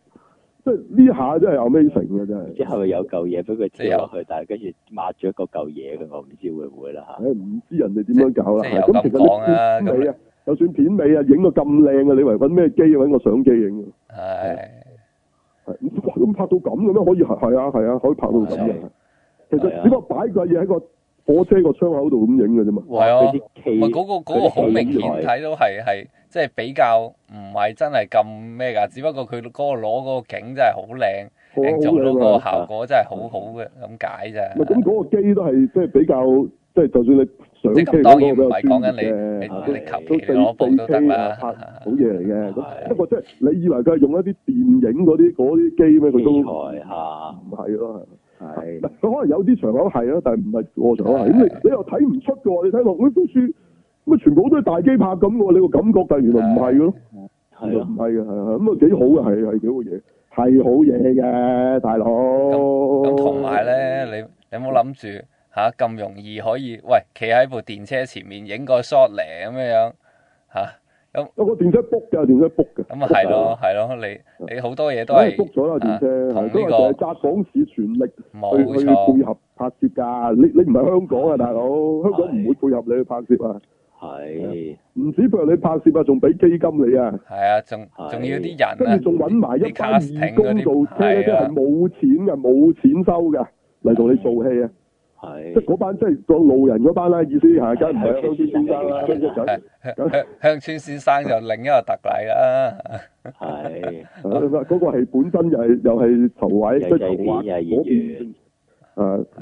即係呢下真係有咩成嘅真係唔。知係咪有嚿嘢俾佢跳落啊去，但係跟住抹咗嗰嚿嘢嘅，我唔知會唔會啦唉，唔知人哋點樣搞啦。即即係係有咁咁其實講啊你片尾啊，就算片尾啊，影到咁靚啊，你以為揾咩機揾個相機影啊？係係哇咁拍到咁嘅咩？可以係係啊係啊，可以拍到咁嘅係。其啊實只不過擺個嘢喺個火車個窗口度咁影嘅啫嘛。哇！係啊佢啲唔係企嗰個嗰個好明顯睇到係係即係比較唔係真係咁咩㗎，只不過佢嗰個攞嗰個景真係好靚，好啊好做到靚嗰個啊！效果真係好好嘅咁解咋唔係。咁嗰個機都係即係比較即係，就算你上即係車咁嗰當個然比唔較係講緊專業你嘅，啊你係你求都其四你攞部都得四 K 啊，啦啊拍，好嘢嚟嘅。係咁不過即係你以為佢係用一啲電影嗰啲嗰啲機咩？佢都器唔材嚇，係咯。係係嗱佢可能有啲場口係啊，但係唔係我場口係。咁你啊你又睇唔出嘅喎，你睇落嗰啲書咁啊，全部都係大機拍咁嘅喎，你個感覺，但係原來唔係嘅咯。原係來啊唔係嘅，係啊，咁啊幾好嘅，係係幾好嘢，係好嘢嘅，大佬。咁咁同埋，咧，你你冇諗住嚇咁容易可以喂企喺部電車前面影個 shot 嚟咁樣樣嚇，有個電車 book 嘅，電車 book 嘅。咁啊係咯係咯，你你好多嘢都梗係係啊 book 咗啦電車，同係呢都係個就係揸港市全力冇去去錯配合拍攝㗎。你你唔係香港啊，大佬，香港唔會配合你去拍攝啊。係唔止配合你拍攝啊，仲俾基金你啊。係啊，仲係仲要啲人啊，跟住仲揾埋一班義工做車咧，即係係啊冇錢嘅，冇錢收嘅嚟同你做戲啊！即係係嗰班即係個路人嗰班啦，意思係梗唔係鄉村先生 *laughs* 啦，鄉村仔係鄉鄉鄉村先生就另一個特例啦，係 *laughs* 呃嗰個係本身又係又係籌委，即係籌劃啊嗰邊誒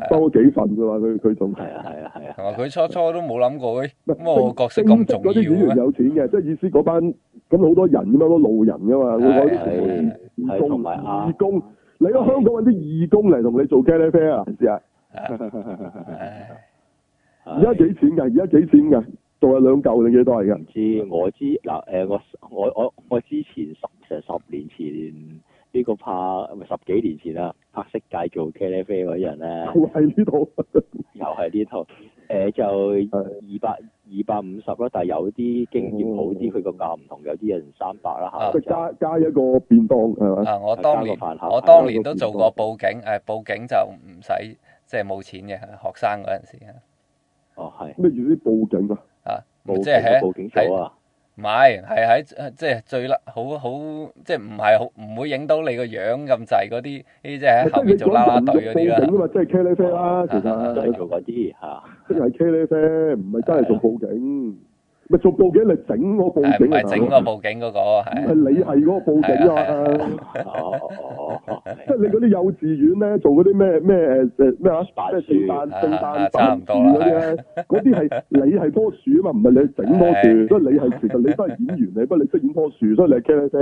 收咗啊幾份嘅話，佢佢仲係啊係啊係啊同埋佢初初都冇諗過，喂唔係咁我角色正咁式重嗰啲演要啊員咩？有錢嘅，即係意思嗰班咁好多人咁樣好多路人㗎嘛，我講啲義係同工埋啊義工，你喺香港揾啲義工嚟同你做 get fair 啊，試下。唉而家幾錢㗎？而家幾錢㗎？仲有兩嚿定幾多嚟㗎唔？知我知嗱誒，我我我我之前十成十年前呢個拍唔係十幾年前啦，拍色戒做 K L F 嗰陣 *laughs* 咧，就係呢度，又係呢套誒就二百二百五十啦，但係有啲經驗好啲，佢個價唔同，有啲人三百啦嚇。佢加加一個便當係嘛？啊！我當年加個飯盒我當年都做過報警，誒報警就唔使即係冇錢嘅學生嗰陣時啊。哦係咩意思報警啊？啊，報即警係啊喺報警組啊，唔係係喺即係最甩好好，即係唔係好唔會影到你個樣咁滯嗰啲，呢啲即係喺後面做啦啦隊嗰即係你啲講民族報警啊啦。嘛，即係 K 喱啡啊啦，其都係實做嗰啲嚇。即係 K 喱啡，唔係真係做報警。咪做報警你整個報係唔警啊係整個報警嗰個係係？你係嗰個報警啊！哦哦哦，即係你嗰啲幼稚園咧做嗰啲咩咩誒誒咩啊？咩聖誕聖啊誕樹嗰啲咧，嗰啲係你係棵樹啊嘛，唔係你整棵樹，所以你係其實你都係演員嚟，不過你飾演棵樹，所以你係 K K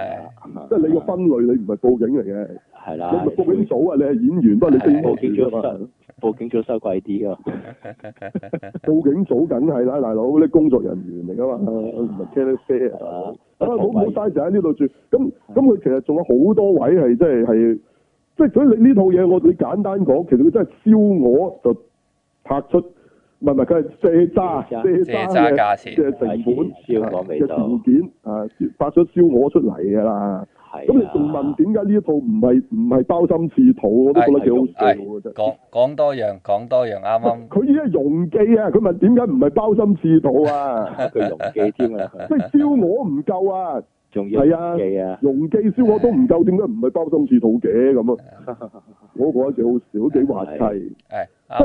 係即係你個分類你唔係報警嚟嘅，你係啦，唔係報警組啊，你係演員，不過你飾演棵報警組樹啊嘛。收報警組收貴啲啊，報警組梗係啦，大佬你工作人員嚟噶嘛，唔係 c a n f a 係啊啊，大佬啊冇冇嘥時間喺呢度住，咁咁佢其實仲有好多位係即係係，即係所以你呢套嘢我你簡單講，其實佢真係燒我就拍出，唔係唔係佢係借渣借渣嘅借渣價錢嘅成本啊係燒鵝味嘅道條件啊，拍出燒我出嚟㗎啦。係啊。咁你仲問點解呢一套唔係唔係包心刺肚？我都覺得幾好笑嘅啫係。講講多樣，講多樣，啱啱佢依家容記啊！佢問點解唔係包心刺肚啊？ *laughs* 佢容記添啊， *laughs* 佢即係燒鵝唔夠啊！仲要係啊容記啊，容記燒鵝都唔夠，點解唔係包心刺肚嘅咁啊？ *laughs* 我覺得幾好笑，都幾滑稽。係即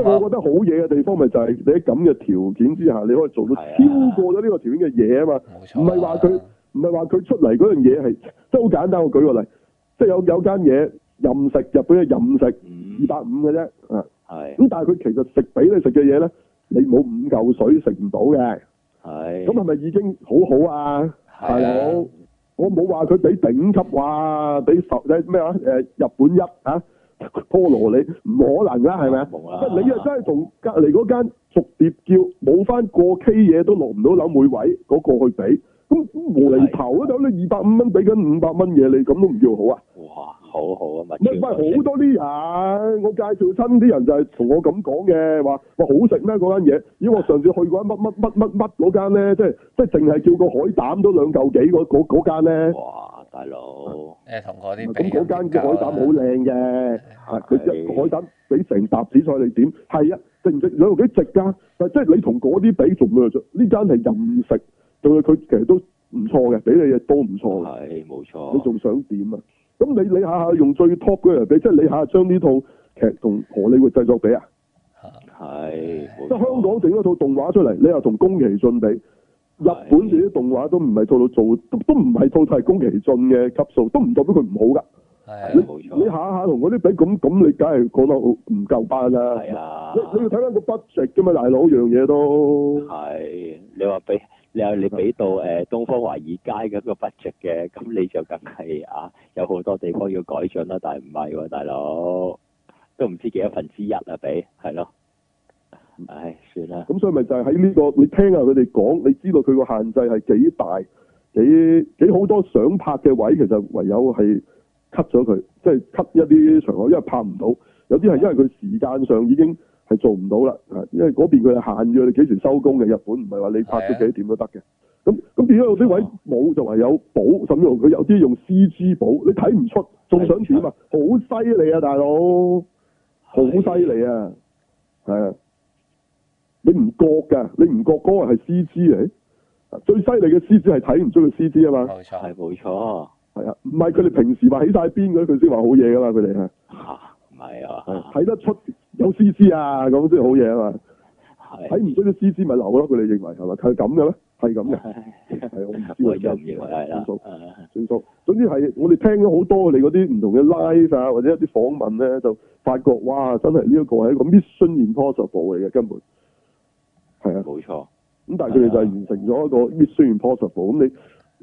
啱啊係我覺啱得好嘢嘅地方，咪就係你喺咁嘅條件之下，你可以做到係啊超過咗呢個條件嘅嘢啊嘛。冇錯唔啊。係話佢唔係話佢出嚟嗰樣嘢係，即係好簡單。我舉個例，即係有有間嘢任食日本嘅任食嗯二，百五嘅啫，啊係咁但係佢其實食俾你食嘅嘢咧，你冇五嚿水食唔到嘅。係咁係啊咪已經好好啊，係大啊佬？我冇話佢俾頂級哇，俾十誒咩啊？誒日本一嚇拖羅你唔可能啦，係咪啊？冇啦即係你啊真係同隔離嗰間逐碟叫冇翻過 K 嘢都落唔到樓每位嗰個去比，咁無厘頭啊！大佬你二百五蚊俾緊五百蚊嘢，你咁都唔叫好啊？哇，好好啊，唔係唔係好多啲人，我介紹親啲人就係同我咁講嘅，話話好食咩嗰間嘢？咦，我上次去過乜乜乜乜乜嗰間咧，即係即係淨係叫個海膽都兩嚿幾嗰嗰嗰間咧。哇，大佬誒同嗰啲比咁嗰間嘅海膽好靚嘅，啊佢一個海膽俾成沓紫菜你點？係啊，值唔值兩嚿幾值㗎？但係即係你同嗰啲比仲咩啫？呢間係任食，仲有佢其實都唔錯嘅，俾你嘅都唔錯嘅。係冇你錯，仲想點啊？咁你你下下用最 top 嗰樣嚟比，即係你下下將呢套劇同荷里活製作比啊？哦即係係冇錯香港整咗套動畫出嚟，你又同宮崎駿比，日係本自己動畫都唔係套到做，都都唔係套係宮崎駿嘅級數，都唔代表佢唔好㗎。係係你冇錯你下下同嗰啲比，咁咁你梗係講得好唔夠班啦。係啊你，你要睇翻個 budget 㗎嘛，大佬樣嘢都。係你話俾你話你俾到誒東方華爾街嗰個 budget 嘅，咁你就梗係啊有好多地方要改進啦，但係唔係喎，大佬都唔知幾多分之一啊，俾係咯，唉，算啦，咁所以咪就係喺呢個你聽下佢哋講，你知道佢個限制係幾大，幾幾好多想拍嘅位，其實唯有係 cut 咗佢，即係 cut 一啲場口，因為拍唔到。有啲係因為佢時間上已經係做唔到啦，啊因為嗰邊佢係限咗你幾時收工嘅，日本唔係話你拍到幾點都得嘅。咁咁變咗有啲位冇就唯有補，甚至乎佢有啲用 C G 補，你睇唔出，仲想點啊？好犀利啊，大佬！好犀利啊！係啊，你唔覺㗎，你唔覺嗰個係 C G 嚟？最犀利嘅 C G 係睇唔出佢 C G 啊嘛，冇錯係冇錯係啊，唔係佢哋平時話起晒邊嗰啲，佢先話好嘢㗎嘛，佢哋係嚇，唔係啊，睇得出有 C G 啊，咁先好嘢啊嘛，睇係唔出啲 C G 咪流咯，佢哋認為係咪？係咁嘅咩？係咁嘅， *laughs* 係係我唔知我佢就唔咩認為係啦算數，啊算數。總之係我哋聽咗好多你嗰啲唔同嘅 live 啊，或者一啲訪問咧，就發覺哇，真係呢一個係一個 mission impossible 嚟嘅根本，係啊。冇錯，咁但係佢哋就係完成咗一個 mission impossible。咁你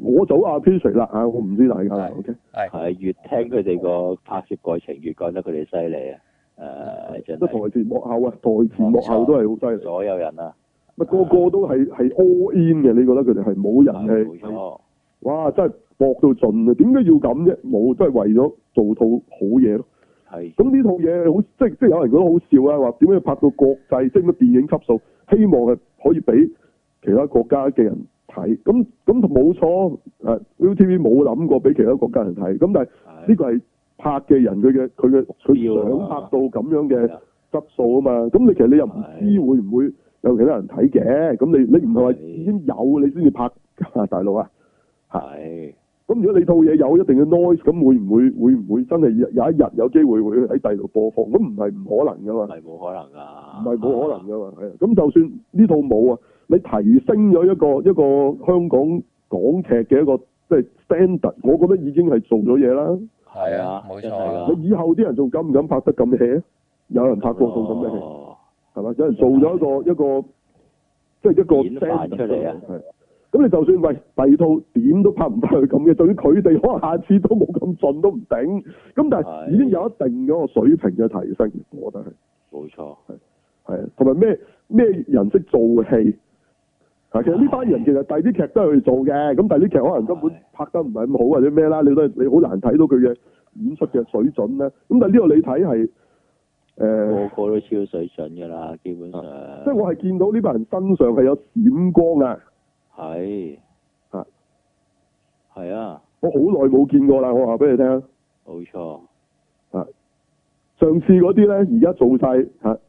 我就 appreciate 啦啊！我唔知大家啦係，OK。係係越聽佢哋個拍攝過程越覺得佢哋犀利啊，誒即真係係台前幕後啊，台前幕後都係好犀利，所有人啊，咪個個都係係 all in 嘅。你覺得佢哋係冇係人冇氣？錯。哇！真係搏到盡啊！點解要咁啫？冇都係為咗做套好嘢咯。係咁呢套嘢好即係即係有人覺得好笑啊！話點解要拍到國際即係乜電影級數？希望係可以俾其他國家嘅人睇。咁咁就冇錯，誒 ViuTV 冇諗過俾其他國家人睇。咁但係呢係個係拍嘅人佢嘅佢嘅佢要啊想拍到咁樣係嘅啦質素啊嘛，咁你其實你又唔知會唔會有其他人睇嘅，咁你你唔係話係已經有你先至拍 *laughs* 㗎，大佬啊！係咁如果你套嘢有一定嘅 noise，咁會唔會會唔會真係有有一日有機會會喺第度播放？咁唔係唔可能噶嘛，係冇可能唔㗎，係冇可能噶嘛，係啊！咁就算呢套冇啊，你提升咗一個一個香港港劇嘅一個即係 standard，我覺得已經係做咗嘢啦。係係啊啊，冇錯真係啊㗎，你以後啲人仲敢唔敢拍得咁 hea？有人拍過做咁嘅 hea，哦係咪？有人做咗一個一個即係一個嗯演化出嚟啊 standard 係咁你就算喂第二套點都拍唔翻佢咁嘅，對於佢哋可能下次都冇咁盡都唔頂。咁但係係已經有一定嗰個水平嘅提升，我覺得係。冇錯，係啊，同埋咩咩人識做戲，啊係其實呢班人其實第啲劇都係去做嘅，咁第啲劇可能根本係拍得唔係咁好或者咩啦，你都係你好難睇到佢嘅演出嘅水準咧。咁但係呢度你睇係個誒，個都超水準㗎啦，基本上即係我係見到呢班人身上係有閃光啊！係啊係啊，我好耐冇見過啦，我話俾你聽，冇錯，上次嗰啲咧而家做晒嚇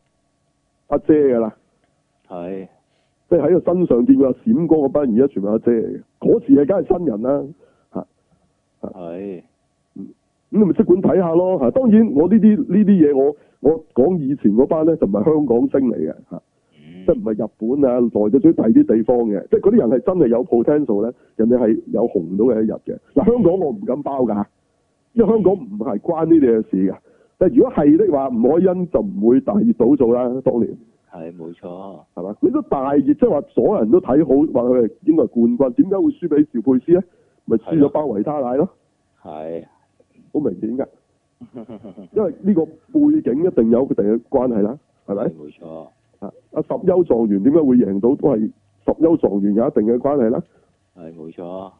阿姐㗎啦，係即係喺個身上見過有閃光嗰班，而家全部阿姐嚟嘅。嗰時係梗係新人啦。係咁你咪即管睇下咯嚇。當然我呢啲呢啲嘢我我講以前嗰班咧就唔係香港星嚟嘅嚇，嗯即係唔係日本啊、來自最第啲地方嘅，即係嗰啲人係真係有 potential 咧，人哋係有紅到嘅一日嘅。嗱香港我唔敢包㗎，因為香港唔係關呢啲嘢事㗎。但係如果係的話，吳海欣就唔會大熱倒做啦。當年係冇錯，係嘛？你都大熱，即係話所有人都睇好，話佢係應該係冠軍，點解會輸俾邵佩斯咧？咪輸咗包維他奶咯，係好明顯㗎。因為呢個背景一定有一定嘅關係啦，係咪？冇錯，啊，阿十優狀元點解會贏到都係十優狀元有一定嘅關係啦。係冇錯，啊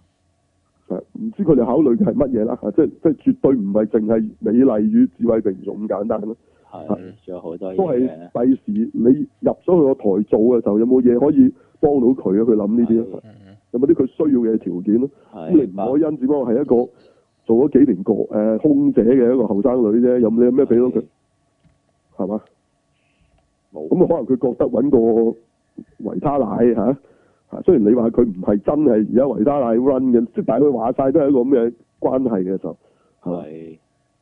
唔知佢哋考慮嘅係乜嘢啦？啊即係即係絕對唔係淨係美麗與智慧並重咁簡單啦，係啊嗯仲有好多嘢啊都係嘅第時你入咗去個台做嘅時候，有冇嘢可以幫到佢啊？佢諗呢啲咯，嗯嗯有冇啲佢需要嘅條件咯？咁你係啊吳可欣只不過係一個做咗幾年個誒、呃空姐嘅一個後生女啫，有冇你有咩俾到佢係係嘛？冇咁啊，可能佢覺得揾個維他奶嚇嚇，雖然你話佢唔係真係而家維他奶 run 嘅，即係但係佢話晒都係一個咁嘅關係嘅時候，係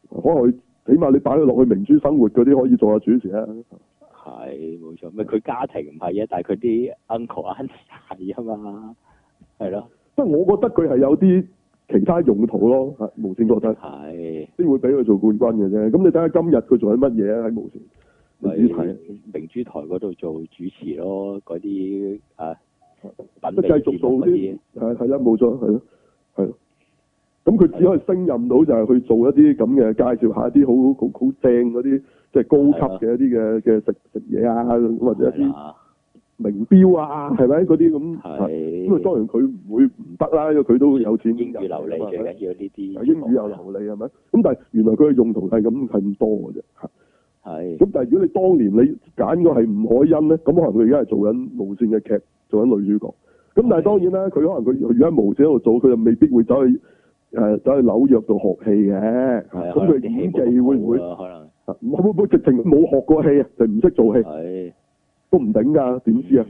可能佢起碼你擺佢落去明珠生活嗰啲可以做下主持啊，係冇錯，咪佢家庭唔係啊，但係佢啲 uncle aunt 係啊嘛，係咯，即係我覺得佢係有啲其他用途咯嚇，無線覺得係先會俾佢做冠軍嘅啫。咁你睇下今日佢做緊乜嘢啊？喺無線，你自咪 *laughs* 己睇啊明珠台嗰度做主持咯，嗰啲啊品即味係繼續做節目嗰啲係係啦，冇錯係咯係咯。咁佢只可以升任到就係去做一啲咁嘅介紹下一啲好好好正嗰啲即係高級嘅一啲嘅嘅食食嘢啊，或者一啊係啲啦，名錶啊，係咪嗰啲咁？係咁啊，當係然佢唔會唔得啦，因為佢都有錢英語流利最緊要呢有啲，啊英語又流利係咪？咁但係原來佢嘅用途係咁係咁多嘅啫。嚇係咁但係如果你當年你揀個係吳海欣咧，咁可能佢而家係做緊無線嘅劇，做緊女主角。咁但係當然啦，佢可能佢而家無線喺度做，佢就未必會走去誒、呃走去紐約度學戲嘅。係咁啊可佢能啲戲演冇咁技會唔會好？啊可能啊會唔會直情冇學過戲啊？就唔識做戲係都唔頂㗎，點知啊？？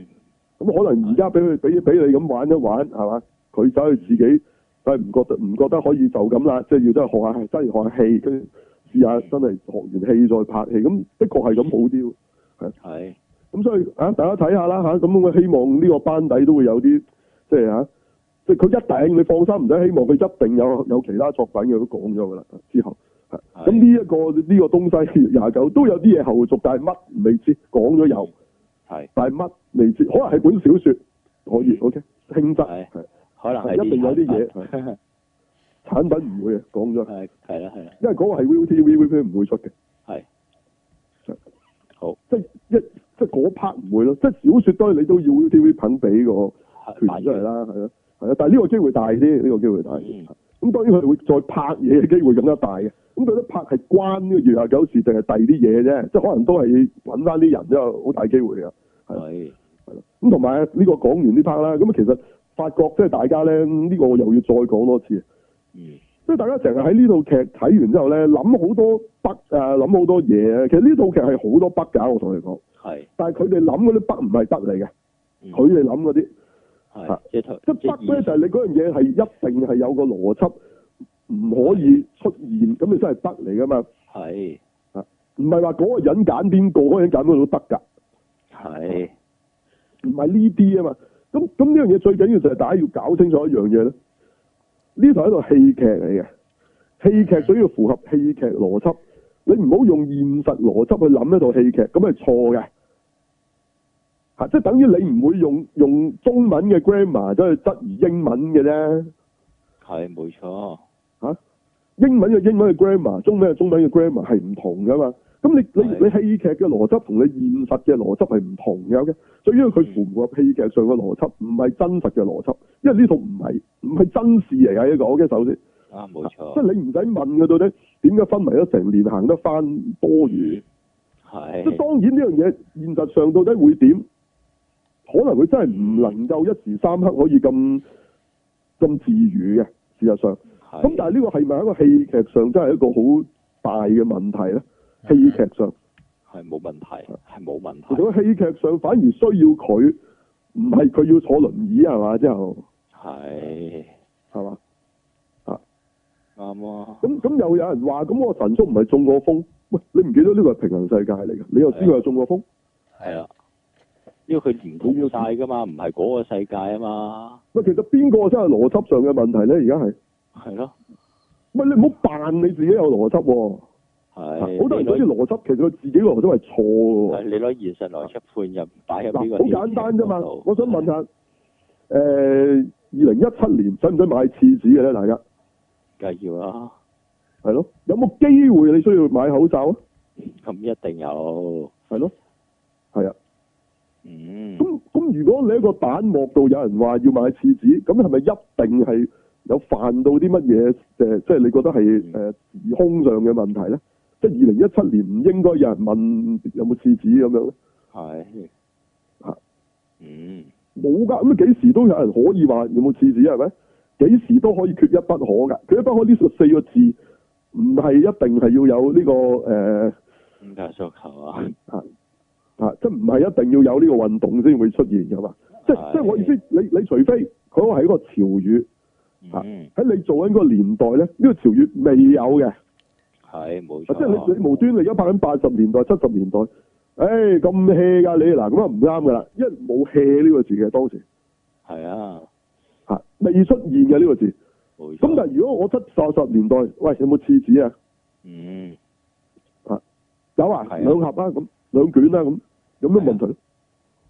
咁可能而家俾佢俾俾你咁玩一玩係嘛？佢走去自己，但係唔覺得唔覺得可以就咁啦，即係要真係學下真係學下戲，跟住試下真係學完戲再拍戲，咁的確係咁好啲喎。係咁所以啊，大家睇下啦嚇，咁我希望呢個班底都會有啲即係嚇，即係佢一定你放心，唔使希望佢一定有 *laughs* 有其他作品嘅，都講咗噶啦。之後嚇係咁呢一個呢、個東西廿九都有啲嘢後續，但係乜未知，講咗有，係但係乜未知，可能係本小説可以 OK 輕則係係可能係一定有啲嘢係嘢。產品唔會嘅啊講咗，係係啦係啦，因為嗰個係 ViuTV 唔會出嘅，係係好即係一即係嗰 part 唔會咯，即係小説當然你都要 ViuTV 品俾個。係傳出嚟啦，係咯，係啊咯，但係呢個機會大啲，呢、個機會大嗯啲。咁當然佢哋會再拍嘢嘅機會更加大嘅。咁到底拍係關呢個月下九事定係第啲嘢啫？即係可能都係揾翻啲人都有好大機會嘅。係係咯，咁同埋呢個講完呢 part 啦，咁其實發覺即係大家咧，呢、個我又要再講多次。嗯即係大家成日喺呢套劇睇完之後咧，諗好多北啊，諗好多嘢啊。其實呢套劇係好多北㗎，我同你講。係但係佢哋諗嗰啲北唔係北嚟嘅，嗯佢哋諗嗰啲。係即係即係北咧，就係你嗰樣嘢係一定係有個邏輯唔可以出現，咁你真係北嚟噶嘛？係唔係話嗰個人揀邊個，嗰個人揀邊個都得㗎。係唔係呢啲啊嘛。咁咁呢樣嘢最緊要就係大家要搞清楚一樣嘢咧，呢套係一套戲劇嚟嘅，戲劇最要符合戲劇邏輯，你唔好用現實邏輯去諗一套戲劇，咁係錯嘅。嚇，即係等於你唔會用用中文嘅 grammar 走去質疑英文嘅啫。係冇錯，英文嘅英文嘅 grammar，中文嘅中文嘅 grammar 係唔同噶嘛。咁你你係你戲劇嘅邏輯同你現實嘅邏輯係唔同嘅，OK？最緊要佢符唔符合戲劇上嘅邏輯，唔係真實嘅邏輯，因為呢套唔係唔係真事嚟嘅呢個，OK？首先，啱啊冇即錯，係你唔使問佢到底點解昏迷咗成年行得翻多餘。即係係當然呢樣嘢現實上到底會點？可能佢真係唔能夠一時三刻可以咁咁自如嘅，事實上。咁但係係呢個係咪一個戲劇上真係一個好大嘅問題咧？戲劇上，係冇問題，係冇問如題，果戲劇上反而需要佢，唔係佢要坐輪椅啊係嘛？之後係係嘛？啱啊，咁咁又有人話咁我神叔唔係中過風？喂，你唔記得呢個係平行世界嚟嘅？你又知佢係中過風？啊係啊啦，因為佢連通晒㗎嘛，唔係嗰個世界啊嘛，喂，其實邊個真係邏輯上嘅問題咧？而家係，係咯，喂，你唔好扮你自己有邏輯喎、係好多人你嗰啲邏攞輯其實佢自己邏輯係錯嘅喎。係你攞現實邏輯判入擺入嗱，呢個好簡單啫嘛戲劇嗰度。我想問下，誒二零一七年使唔使買廁紙嘅咧？大家梗係要啦，係咯，有冇機會你需要買口罩啊？咁一定有，係咯，係啊。嗯，咁咁，如果你喺個彈幕度有人話要買廁紙，咁係咪一定係有犯到啲乜嘢？誒、即係你覺得係誒、時空上嘅問題咧？即係二零一七年唔應該有人問有冇廁紙咁樣咧？係啊，嗯，冇噶，咁幾時都有人可以話有冇廁紙啊係咪？幾時都可以缺一不可噶，缺一不可呢四個字唔係一定係要有呢、個誒、咁解訴求啊，啊，即係唔係一定要有呢個運動先會出現噶嘛？即係係即係我意思，你你除非佢係一個潮語啊嗯，喺你做緊嗰個年代咧，呢、個潮語未有嘅，啊係冇即係你錯，你無端你而家拍緊八十年代、七十年代，誒咁 hea 㗎你嗱咁啊唔啱㗎啦，因為冇 hea 呢個字嘅當時係啊，嚇、未出現嘅呢個字。冇錯，咁但係如果我七八十年代，喂有冇廁紙啊？嗯，有啊，係啊兩盒啊，咁兩卷啦、咁，有咩問題咧？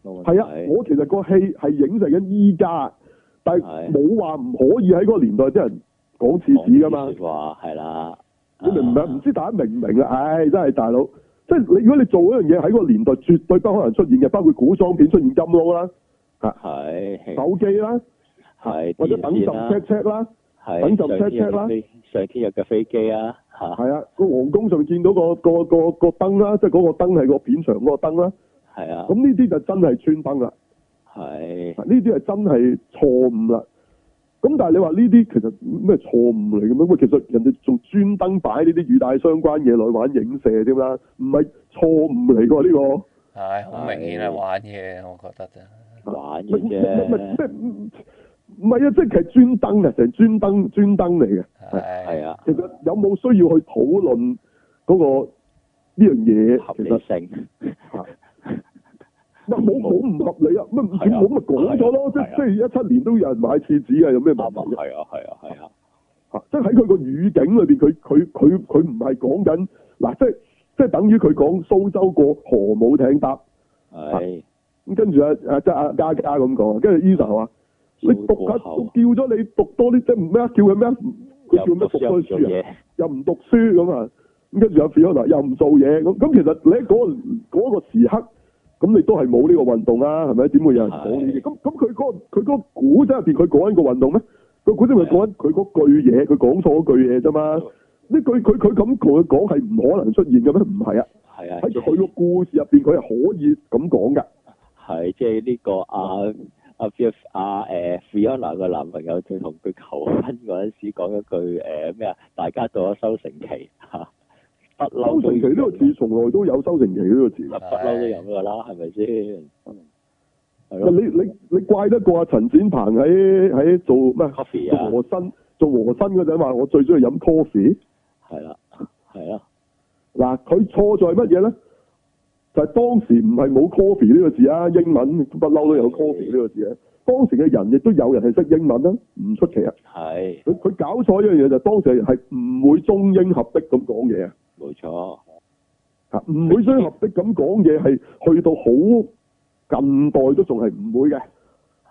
冇問題係啊，我其實個戲係影射緊依家，但係係冇話唔可以喺嗰個年代啲人講廁紙噶嘛講呢。啲説話係啦，你明唔啊明？唔知大家明唔明啊？唉，真係大佬，即係你如果你做嗰樣嘢喺個年代絕對不可能出現嘅，包括古裝片出現金撈啦、係手機啦，係或者等電陣線啦 check check 啦，係等陣 check 上天 check 有啦架飛上天有架飛機啊，嚇係啊，個皇宮上見到個個個個燈啦，即係嗰個燈係個片場嗰個燈啦，係啊咁，呢啲就真係穿燈啦。呢係啲係真係錯誤啦。咁但係你話呢啲其實咩錯誤嚟嘅咩？喂，其實人哋仲專登擺呢啲語帶相關嘢落去玩影射添啦，唔係錯誤嚟㗎呢個。係好明顯係玩嘢，我覺得啫。玩唔嘅係唔係唔係唔啫，係唔係啊！即係其實專登嘅，成專登專登嚟嘅。係啊，其實有冇需要去討論嗰、個呢樣嘢？合其理實性喂冇冇唔合理啊！乜唔係啊冇咪講咗咯？即係啊即係一七年都有人買廁紙啊！有咩啱問題啊，啫？係啊，係啊，係啊，啊即係喺佢個語境裏邊，佢佢佢佢唔係講緊嗱，即係即係等於佢講蘇州過河冇艇搭，係咁跟住啊啊即係阿嘉嘉咁講，啊跟住 Esa 話：你讀下蘇過讀後叫咗你讀多啲，即係唔咩啊？叫佢咩啊？佢叫又唔咩讀讀書多又唔啲做書啊？嘢，又唔讀書咁啊？咁跟住阿 Fiona 又唔做嘢，咁咁其實你喺嗰、個嗰、個時刻，咁你都係冇呢個運動啦，係咪？點會有人講呢啲？係咁咁佢嗰個佢嗰個古仔入邊，佢講緊個運動咩？個古仔咪啊講緊佢嗰句嘢，佢講錯嗰句嘢啫嘛。呢句佢佢咁同佢講係唔可能出現嘅咩？唔係啊，係啊，喺即佢個係故事入邊，佢係可以咁講㗎。係即係呢個阿阿 F 阿誒 Fiona 個男朋友佢同佢求婚嗰陣時講一句誒咩啊？大家到咗收成期嚇，不收嬲都成期呢個字從來都有收成期呢個字。不嬲都有㗎啦，係咪先？嗯係咯你你你怪得過阿陳展鵬喺喺做咩，coffee 做啊，和珅做和珅嗰陣話我最中意飲 coffee。係啦，係啦，嗱，佢錯在乜嘢咧？就係、當時唔係冇 coffee 呢個字啊，英文不嬲都有 coffee 呢個字啊。當時嘅人亦都有人係識英文啦，唔出奇啊。係佢佢搞錯一樣嘢就係當時嘅人係唔會中英合璧咁講嘢啊，冇錯，嚇唔會中英合璧咁講嘢係去到好近代都仲係唔會嘅。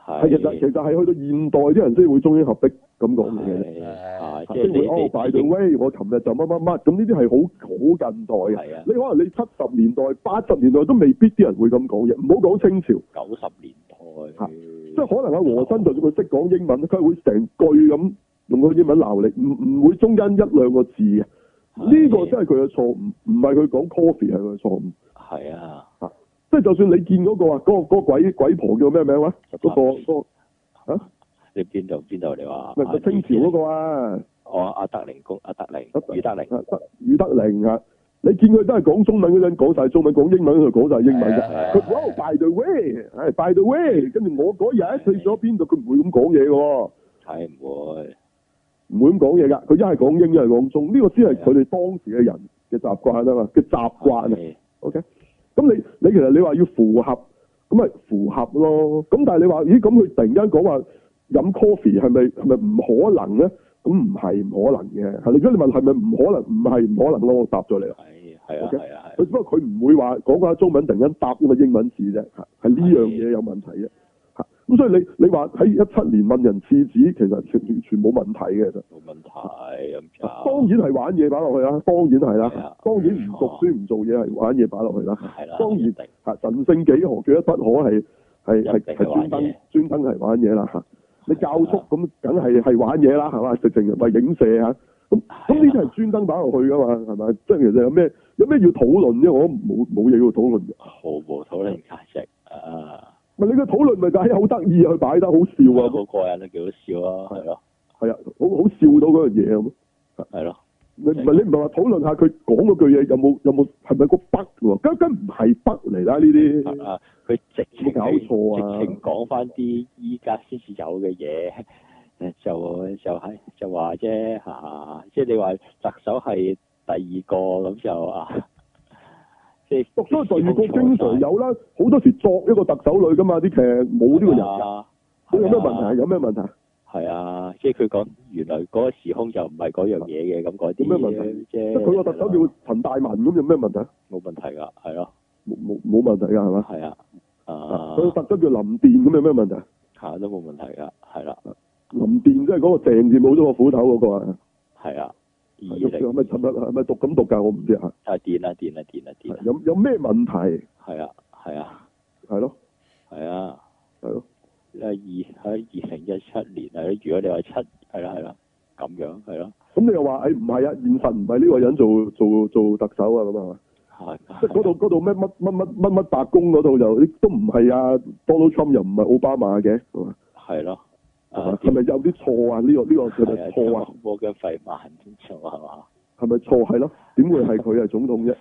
係其實其係實係去到現代啲人先會中英合璧咁講嘢嘅。係嚇係，即即係係你會哦你，by the way，我琴日就乜乜乜，咁呢啲係好好近代嘅。係啊，你可能你七十年代、八十年代都未必啲人會咁講嘢，唔好講清朝，九十年代，嚇即係可能阿和珅就算佢識講英文，佢會成句咁用個英文鬧你，唔唔會中間一兩個字嘅。呢個真係佢嘅錯誤，唔係佢講 coffee 係佢嘅錯誤。係啊，即係就算你見嗰個啊，嗰、個嗰個鬼鬼婆叫咩名話？嗰、個啊嗰、你邊度邊度你話？個唔係清朝嗰個啊。我哦阿德靈公阿德靈阿德余德靈啊，得余德玲啊，你見佢都係講中文嗰陣講晒中文，講英文嗰陣講晒英文係嘅。啊佢係啊哇，by the way，係 by the way，跟住我嗰日去咗邊度，佢唔會咁講嘢嘅喎，係唔會唔會咁講嘢㗎。佢一係講英，一係講中，呢個先係佢哋當時嘅人嘅習慣啊嘛，嘅習慣啊。係 OK，咁你你其實你話要符合，咁咪符合咯。咁但係你話，咦咁佢突然間講話飲 coffee 係咪係咪唔可能咧？咁唔係唔可能嘅，係你如果你問係咪唔可能，唔係唔可能咯，我答咗你啦。係係啊 OK 係啊佢只不過佢唔會話講下中文突然間答呢個英文字啫，嚇係呢樣嘢有問題啫。嚇咁所以你你話喺一七年問人廁紙，其實完全完全冇問題嘅。其實冇問題咁就當然係玩嘢擺落去啦，當然係啦啊係啊，當然唔讀書唔做嘢係玩嘢擺落去啦。係啦，當然一定嚇神聖幾何缺一不可係係係一定係係專登專玩嘢啊登係玩嘢啦嚇。你教速咁梗係係玩嘢啦，係嘛？直情咪影射啊嚇。咁咁呢啲係專登擺落去噶嘛，係咪？即係其實有咩有咩要討論啫？我都冇冇嘢要討論嘅。毫無討論價值啊！咪你個討論咪就係好得意啊，佢擺得好哇，笑啊，好過癮都幾好笑啊！係咯係啊，好好笑到嗰樣嘢咁。係咯，你唔係你唔係話討論下佢講嗰句嘢有冇有冇係咪個筆喎？根根唔係筆嚟啦呢啲，啊佢直嗯情有冇搞錯啊直情講翻啲依家先至有嘅嘢。誒就就係就話啫嚇，即係你話特首係第二個咁就啊，即係讀咗第二個經常有啦，好多時作一個特首女噶嘛啲劇冇呢個人㗎，啊咁有咩問題啊？有咩問題啊？係啊，即係佢講原來嗰個時空就唔係嗰樣嘢嘅，咁嗰啲有咩問題即即係係佢個特首叫陳大文咁有咩問題啊？冇問題㗎，係咯，冇冇冇問題㗎係嘛？係啊，啊佢個特首叫林電咁有咩問題啊？嚇都冇問題㗎，係啦，林電即係嗰個鄭字冇咗個斧頭嗰個啊？係啊，二零係咪陳日係咪讀咁讀㗎？我唔知啊。啊電啊電啊電啊電啊，有有咩問題？係啊係啊係咯係啊，係咯。啊二喺二零一七年係咯，如果你話七係啦係啦，咁樣係咯，咁你又話誒唔係啊？現實唔係呢個人做做做特首啊咁啊嘛？係即係嗰度嗰度咩乜乜乜乜乜白宮嗰度就都唔係啊，Donald Trump 又唔係奧巴馬嘅，係嘛係咯，係嘛啊係咪有啲錯啊？呢個呢個係咪錯啊？？摩根費曼做係嘛？係咪錯係咯？點會係佢係總統啫？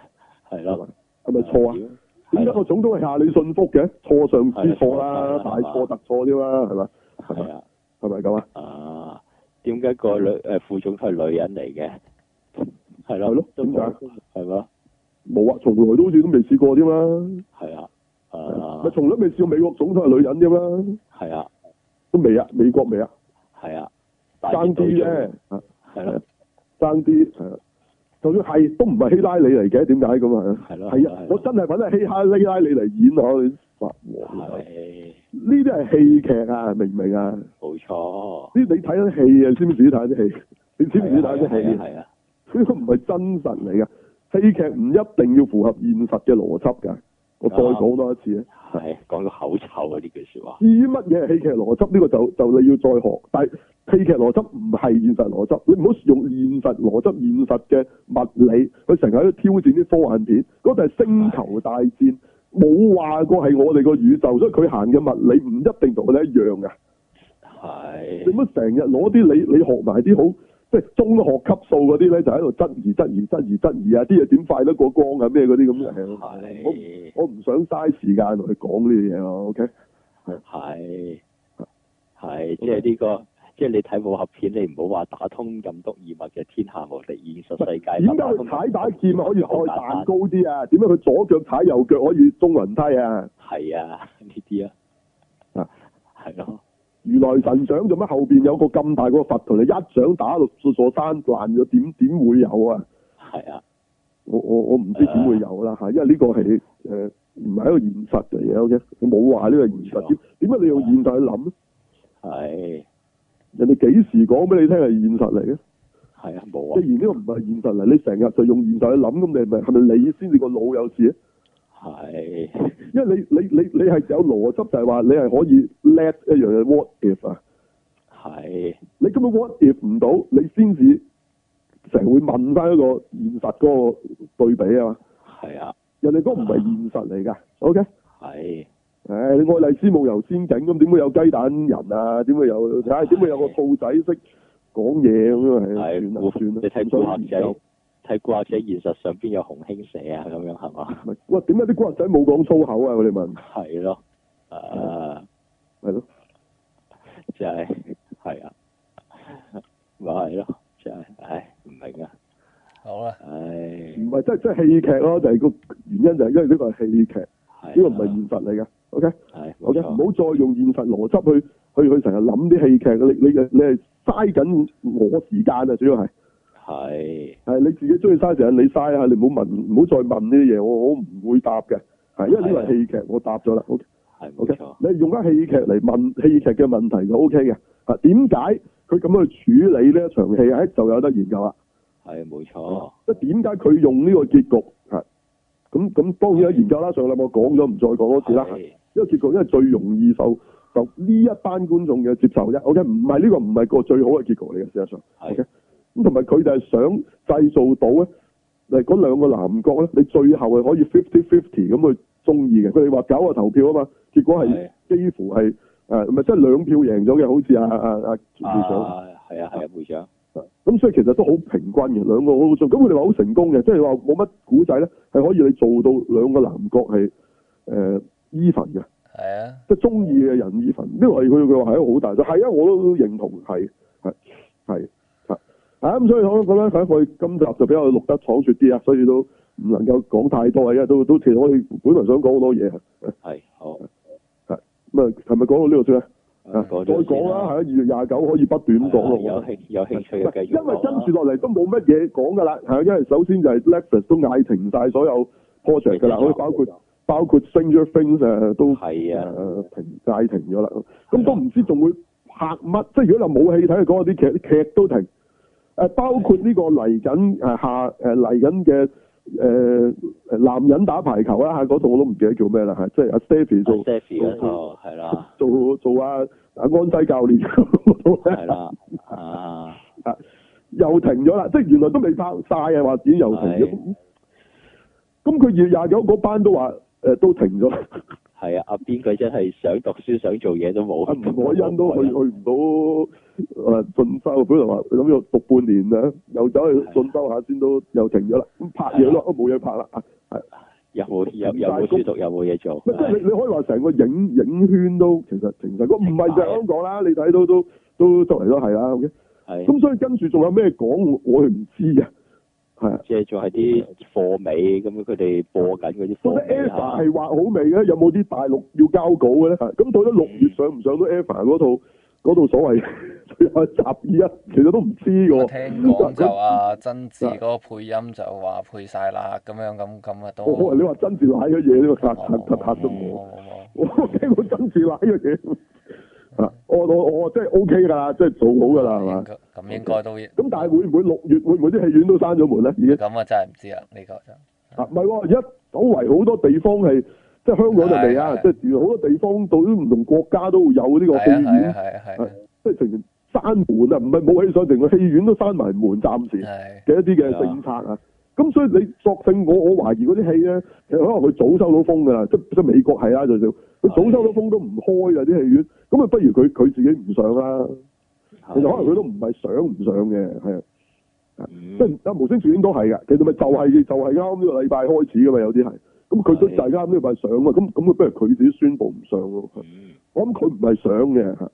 係係咯咪，係咪錯啊？啊？點解個總統係下你信服嘅？錯上之錯啦，係大係錯特錯添啦，係咪？係啊，係咪咁啊？啊，點解個女誒副總係女人嚟嘅？嗯係咯，係咯都點解冇係咯，冇啊，從來都好似都未試過添啦，係啊，咪啊，從來未試過美國總統係女人添啦，係啊，都未啊，美國未啊，係啊，大熱爭倒啲灶啫，啊係咯，爭啲係啊就算係都唔係希拉里嚟嘅，點解咁啊？係咯，係啊，我真係揾阿希哈希拉里嚟演啊！你發黃係呢啲係戲劇啊，明唔明啊？呢冇錯，你睇緊戲啊，你知唔知睇啲戲？你知唔知睇啲戲？係啊，呢個唔係真實嚟噶，戲劇唔一定要符合現實嘅邏輯㗎。我再講多一次啊！係講到口臭啊！呢句説話至於乜嘢係戲劇邏輯呢、個就就你要再學，但係戲劇邏輯唔係現實邏輯，你唔好用現實邏輯、現實嘅物理，佢成日喺度挑戰啲科幻片，嗰就係星球大戰，冇話過係我哋個宇宙，所以佢行嘅物理唔一定同我哋一樣㗎。你係唔好成日攞啲你你學埋啲好即係中學級數嗰啲咧，就喺度質疑、質疑、質疑、質疑啊！啲嘢點快得過光啊？咩嗰啲咁嘅，我唔係我唔想嘥時間去講呢啲嘢咯。OK，係係，即係呢個即係你睇武俠片，你唔好話打通任督二脈嘅天下無敵，現實世點界解佢踩打劍可以可以彈高啲啊？點解佢左腳踩右腳可以中雲梯啊？係 *laughs* 啊，呢啲啊，啊係咯，如來神掌做乜後邊有個咁大個佛同你一掌打到座山爛咗，點點會有啊？係啊，我我我唔知點會有啦嚇，因為呢個係誒唔係一個現實嚟嘅，OK？我冇話呢個係現實，點點解你用現實去諗咧？係人哋幾時講俾你聽係現實嚟嘅？係啊，冇既然呢個唔係現實嚟，你成日就用現實去諗，咁你咪係咪你先至個腦有事啊？啊，係因為你你你你係有邏輯，就係話你係可以 let 一樣嘢 what if 啊？係你根本 what if 唔到，你先至成日會問翻一個現實嗰個對比啊嘛。係啊，人哋嗰個唔係現實嚟㗎，OK？係唉、你愛麗絲夢遊仙境咁，點會有雞蛋人啊？點會有？ *laughs* 唉、點會有個兔仔識講嘢咁樣？係係算啦古算啦，你睇唔古想惑研究仔，睇古惑仔現實上邊有紅興社啊咁樣係嘛？咪喂，點解啲古惑仔冇講粗口啊？我哋問，係咯，誒係咯，就係係啊，咪係咯，就係唉唔明啊，好啦，唉唔係即係即係戲劇咯，就係、個原因就係因為呢個係戲劇，呢係個唔係現實嚟嘅。OK，係好冇嘅，錯唔好再用現實邏輯去去去成日諗啲戲劇，你你你係嘥緊我時間啊！主要係係係你自己中意嘥時間，你嘥啊下，你唔好問，唔好再問呢啲嘢，我我唔會答嘅，係因為啊呢個係戲劇，我答咗啦。OK。係冇 OK，錯，你用翻戲劇嚟問戲劇嘅問題就 O K 嘅。啊，點解佢咁樣去處理呢一場戲？誒，就有得研究啦。係冇錯，即係點解佢用呢個結局？係咁咁，當然有研究啦。上禮拜我講咗，唔再講多次啦。呢係個結局因為最容易受受呢一班觀眾嘅接受啫。O K，唔係呢個唔係個最好嘅結局嚟嘅，事實上。係啊 OK，咁同埋佢就係想製造到咧，誒嗰兩個男角咧，你最後係可以 fifty fifty 咁去中意嘅。佢哋話搞個投票啊嘛，結果係幾乎係誒唔係即係兩票贏咗嘅，好似阿阿阿會長。啊係啊係啊會長，咁所以其實都好平均嘅兩個好做，咁佢哋話好成功嘅，即係話冇乜古仔咧，係可以你做到兩個男角呃係誒 even 嘅，係啊，即係中意嘅人 even。呢個係佢佢話係一個好大，就係啊，我都認同係係係係啊咁，所以講咁咧，喺我哋今集就比較錄得倉促啲啊，所以都唔能夠講太多嘅，因為都都其實我哋本來想講好多嘢啊，係好，咁啊係咪講到呢度算啊？啊講啊再咗講先啦，係啊，二月廿九可以不斷咁講咯。有興啊有興趣嘅繼續啊因為跟住落落嚟都冇乜嘢講㗎啦，係因為首先就係 Netflix 都嗌停晒所有 project 㗎啦，好似包括包括 Stranger Things 誒都係啊誒呃停晒停咗啦，咁都唔知仲會拍乜，即係如果你冇戲睇，講嗰啲劇啲劇都停，誒包括呢個嚟緊誒下誒嚟緊嘅誒誒男人打排球啦嚇，嗰套我都唔記得叫咩啦嚇，即係阿 Stephy 做 s e p h y 嗰度係啦做做阿阿安西教練係啦啊。 *laughs* 又停咗啦，即係原來都未拍晒啊，話自己又停咗係。咁佢二月廿九嗰班都話誒、都停咗，阿係啊，阿邊個真係想讀書想做嘢都冇。啊吳海欣都去去唔到誒進修，本來話諗住讀半年啊，又走去進修下先都又停咗啦。咁拍嘢咯，冇嘢拍啦啊！有冇有有冇書讀，有冇嘢做？咪即係啊你你可以話成個影影圈都其實停晒，咁唔係就係香港啦，你睇到都都周圍都係啦。OK，係咁所以跟住仲有咩講，我我係唔知嘅，係啊。即係仲係啲貨尾咁，佢哋播緊嗰啲到貨底尾 Eva 哦係啊嚇。畫好未嘅？有冇啲大陸要交稿嘅咧？啊咁到底六月上唔上到 Eva 嗰套嗰套所謂 *laughs* 最後一集二啊一，其實都唔知嘅我喎。聽講就阿曾志嗰個配音就話配晒啦，咁樣咁咁啊都。我我你話真字奶嘅嘢呢個嚇冇嚇嚇嚇到我，冇冇冇我驚我真字奶嘅嘢啊！我我我即係 OK 㗎啦，即係做好㗎啦，係應嘛？該咁應該都咁咁但係會唔會六月會唔會啲戲院都閂咗門咧？已經啊，真係唔知啦呢個就啊，唔係喎，而家周圍好多地方係即係香港就未啊，係係即係原來好多地方到啲唔同國家都會有呢個戲係啊係院啊。係啊係啊即係成閂門啊，唔係冇戲上，成個戲院都閂埋門，暫時係嘅一啲嘅政策啊。咁所以你索性我我懷疑嗰啲戲咧，其實可能佢早收到風㗎啦，即即係美國係啦，就少佢早收到風都唔開啊啲戲院，咁啊不如佢佢自己唔上啦。其實可能佢都唔係想唔上嘅，係啊，即嗯係啊無聲處境都係㗎。其實咪就係、就係啱呢個禮拜開始㗎嘛，有啲係。咁佢都係大家啱呢個禮拜上啊，咁咁佢不如佢自己宣布唔上咯。嗯我諗佢唔係想嘅，嚇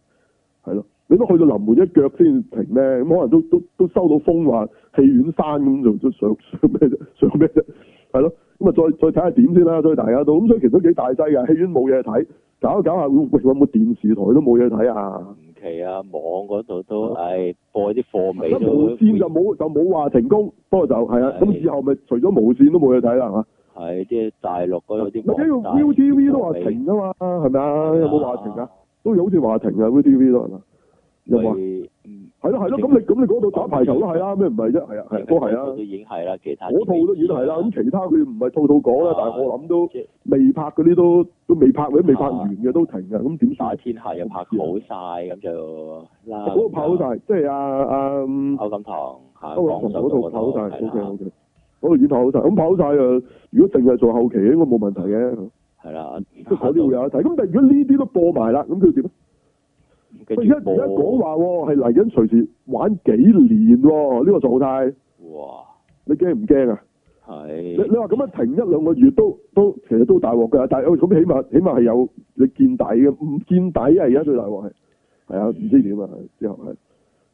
係咯，你都去到臨門一腳先停咧，咁可能都都都收到風話戲院山咁，就就上上咩啫？上咩啫？係咯，咁啊再再睇下點先啦，所以大家都咁，所以其實都幾大劑㗎，戲院冇嘢睇，搞一搞下，喂有冇電視台都冇嘢睇啊？唔奇啊，網嗰度都，唉，播啲貨尾咁無都，線就冇就冇話停工，不過就係啊，係咁以後咪除咗無線都冇嘢睇啦，係嘛？係啲大陸嗰度啲咪網呢大個 ViuTV 都話停啊嘛，係咪啊？有冇話停啊？都有好似話停啊，ViuTV 都係嘛？有冇啊？咪嗯係咯係咯，咁你咁你嗰度打排球都係啦，咩唔係啫？係啊係啊都係嗰個啊都。已經係啦，其他嗰套都已經係啦，咁其他佢唔係套套講啦啊，但係我諗都即係未拍嗰啲都都未拍或者未拍完嘅都停嘅，咁點打算？天下又拍好晒，咁就啦。嗰個拍好晒，即係啊啊嗯歐錦棠嚇，歐陽棠講述嗰套拍好嗰晒度，OK 係啦 OK，嗰套已經拍好晒，咁拍好晒啊！如果淨係做後期應該冇問題嘅，係啦，即係嗰啲會有得睇。咁但係如果呢啲都播埋啦，咁佢點啊？跟佢而家住而家講播話喎，係嚟緊隨時玩幾年喎，呢個狀態哇，你驚唔驚啊？你係你話咁樣停一兩個月都都其實都大鑊㗎，但係我咁起碼起碼係有你見底嘅，唔見底啊！而家最大鑊係係啊，唔知點啊，之後係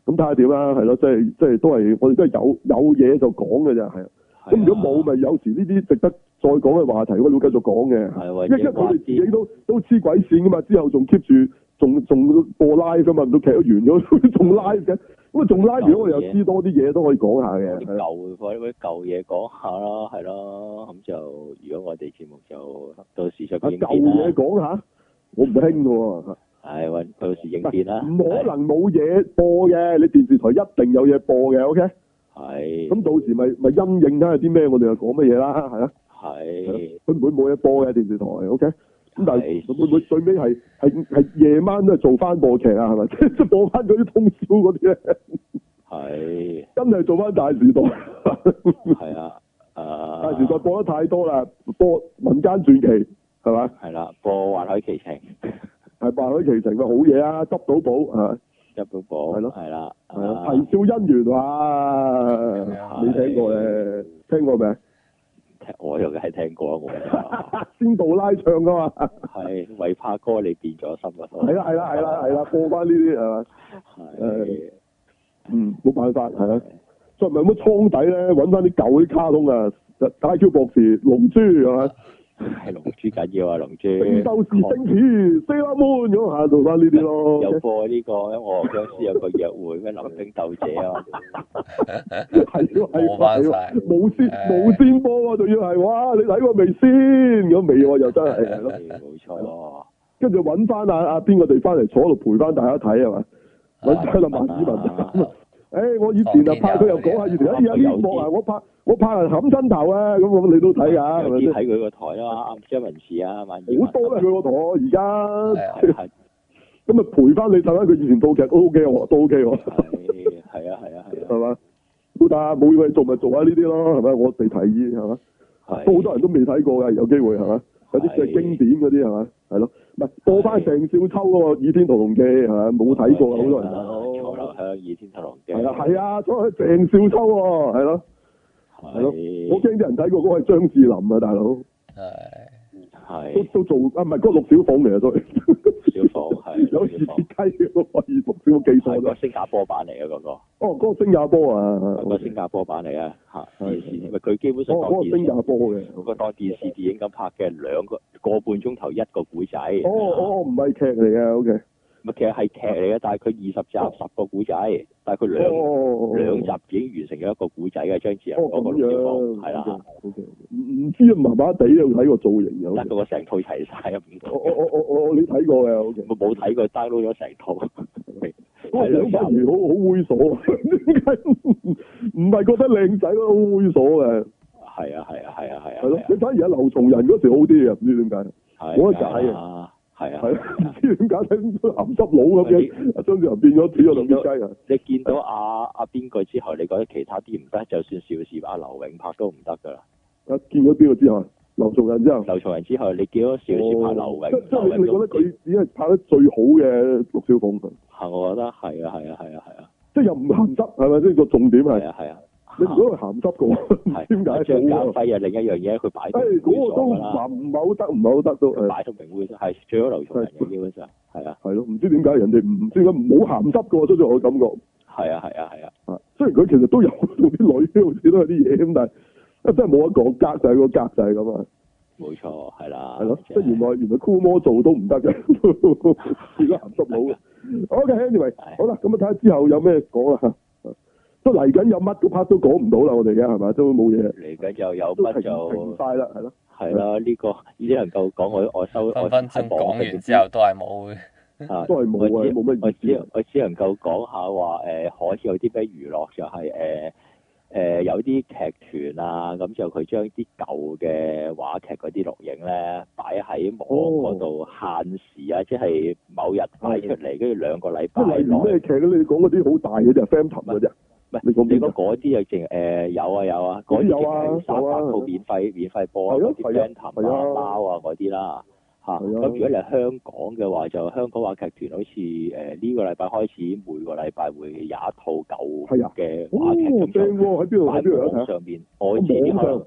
咁睇下點啦，係咯，即係即係都係我哋都係有有嘢就講嘅啫，係啊。咁如果冇，咪有時呢啲值得再講嘅話題，我哋會繼續講嘅。係或因者為因為佢哋話自己啲都都黐鬼線噶嘛，之後仲 keep 住仲仲播 live 噶嘛，到劇都完咗 *laughs* 仲 live 嘅，咁啊仲 live 完，我哋又知多啲嘢嗯都可以講下嘅。啲係啦舊嗰啲舊嘢講下啦，係咯，咁就如果我哋節目就到時就啊影舊片嘢啦，講下，我唔興嘅喎。係揾到時影啊唔片啦，可能冇嘢播嘅，你電視台一定有嘢播嘅，OK？係咁到時咪咪因應睇下啲咩，我哋又講乜嘢啦，係啊，係佢唔會冇嘢播嘅電視台，OK？咁但係係會唔會最尾係係係夜晚都係做翻播劇啊？係咪？ *laughs* 即係播翻嗰啲通宵嗰啲咧，係真係做翻大時代。嗯係啊，大誒時代播得太多啦，播民間傳奇係嘛？係啦，播《幻海奇情》係白海奇情嘅好嘢啊，執到寶啊！一本播係咯係啦，係啊，啼笑姻緣哇！係你聽過咧？聽過未？聽我又梗係聽過啊，*laughs* 我就仙杜拉唱噶嘛？係維帕哥你變咗心啊嗰套，係啦係啦係啦係啦，播翻呢啲係嘛？係嗯，冇辦法啊係啦。再唔係有冇倉底咧，揾翻啲舊啲卡通啊，就大 Q 博士、龍珠係嘛？係龍珠緊要啊，龍珠聖鬥士星矢、Sailor Moon 咁啊，做翻呢啲咯。有播呢個《我和僵屍有個約會》咩《林星鬥者》 *laughs* 啊，係喎係冇翻喎係晒喎，無線唉無線波喎，仲要係哇！你睇過未先？咁未喎，又真係係咯。冇錯，跟住揾翻啊啊邊個地翻嚟坐喺度陪翻大家睇係嘛？揾翻阿萬子文咁啊！ *laughs* 誒，我以前啊拍佢又講下以前，哎呀呢幕啊，我拍我拍人冚親頭啊，咁咁你都睇 *laughs* 㗎，係咪有啲先？睇佢個台啦，張文慈啊，萬好多啦佢個台而家，係啊，係咁啊陪翻你睇翻佢以前套劇都 OK 喎，都 OK 喎， *laughs* 係係啊係啊係係嘛？都得啊，冇嘢做咪做下呢啲咯，係咪？我哋提議係嘛？啊，都好多人都未睇過㗎，有機會係嘛？有啲最經典嗰啲係嘛？係咯，唔係播翻鄭少秋嗰個《倚天屠龍記》係咪？冇睇過啊，好多人大佬錯啦，向倚天屠龍記係啦，係啊，所以鄭少秋喎，係咯，係咯，我驚啲人睇過嗰個係張智霖啊，大佬，係都係都做啊，唔係嗰個陸小鳳嚟啊，都小鳳係 *laughs* 有小熱鳳，雞嗰個二陸小鳳記錯係個咗，新加坡版嚟啊嗰個。哦，嗰個新加坡啊，係個新加坡版嚟啊，嚇係電視，咪佢基本上哦，當嗰個電新加視，坡嘅，佢當電視電影咁拍嘅，兩個個半鐘頭一個古仔，哦哦，唔係劇嚟嘅，OK，咪其實係劇嚟嘅，但係佢二十集十個古仔，但係佢兩哦，兩集已經完成咗一個古仔嘅張智霖哦嗰個咁小樣鳳，，係啦， ，OK，唔唔知啊，麻麻地啊，睇個造型哦有，但係佢成套齊晒啊，唔我我我我我你睇過嘅，OK。我冇睇過 download 咗成套，我睇兩兩反而好好集，猥瑣，啊 *laughs* 點解唔係覺得靚仔咯？好猥瑣嘅，係啊係啊係啊係啊，啊係咯。你反而喺劉松仁嗰時好啲啊嘅，唔知點解，係冇得解啊，係係啊，咯，唔知點解睇鹹濕佬咁樣，阿張智霖變咗變咗兩隻雞啊！你見到阿阿邊個之後，你覺得其他啲唔得，就算邵氏阿劉永拍都唔得㗎啦。啊，見咗邊個之後，劉松仁之後，劉松仁之後，你見到邵氏拍劉哦即即係永，你你覺得佢只係拍得最好嘅陸小鳳，啊係我覺得係啊係啊係啊係啊即係又唔鹹濕係咪先？個重點係係啊係啊，你唔覺得佢鹹濕嘅 *laughs* 喎？唔係啊知點解阿張好家啊輝啊，另一樣嘢佢擺到誒嗰個都猥唔瑣唔㗎啦，係好得，唔係好得都誒。擺到明猥瑣係最好劉松仁嘅基本上係啊，係咯，唔知點解人哋唔唔知點解冇鹹濕嘅喎，出咗我感覺。係啊，係啊，係啊，啊，雖然佢其實都有同啲女好似都有啲嘢咁，但係啊真係冇得講，格就係個格就係咁啊，冇錯，係啦，係咯，即即係係原來原來酷魔做都唔得嘅， *laughs* 變咗鹹濕佬嘅。OK，anyway，係好啦，咁啊睇下之後有咩講啦嚇。都嚟緊有乜個 part 都講唔到啦，我哋而家係咪都冇嘢，嚟緊又有都乜停啊就停晒啦，係咯。係啦，呢個只能夠講我我收我分分鐘講完之後都係冇嘅。啊都係冇啊我只冇乜意思我只我只能夠講下話誒，可以有啲咩娛樂就係誒誒有啲劇團啊，咁就佢將啲舊嘅話劇嗰啲錄影咧擺喺網嗰度限時啊，即係某日擺出嚟，跟住兩個禮即拜係例如內咩。劇咧？你講嗰啲好大嘅就係 Phantom 嗰只，唔係你講邊你個講嗰啲就淨誒有啊有啊，嗰啲有啊淨係三有啊百套免費免費播啊係啊嗰啲係啊 band 談係啊啊包啊嗰啲係啦嚇。啊咁如果你係香港嘅話，就香港話劇團好似誒呢個禮拜開始，每個禮拜會有一套舊係啊嘅話劇哦咁，正就喎，喺邊度？喺邊度有得睇喺網啊？上面，我自己網上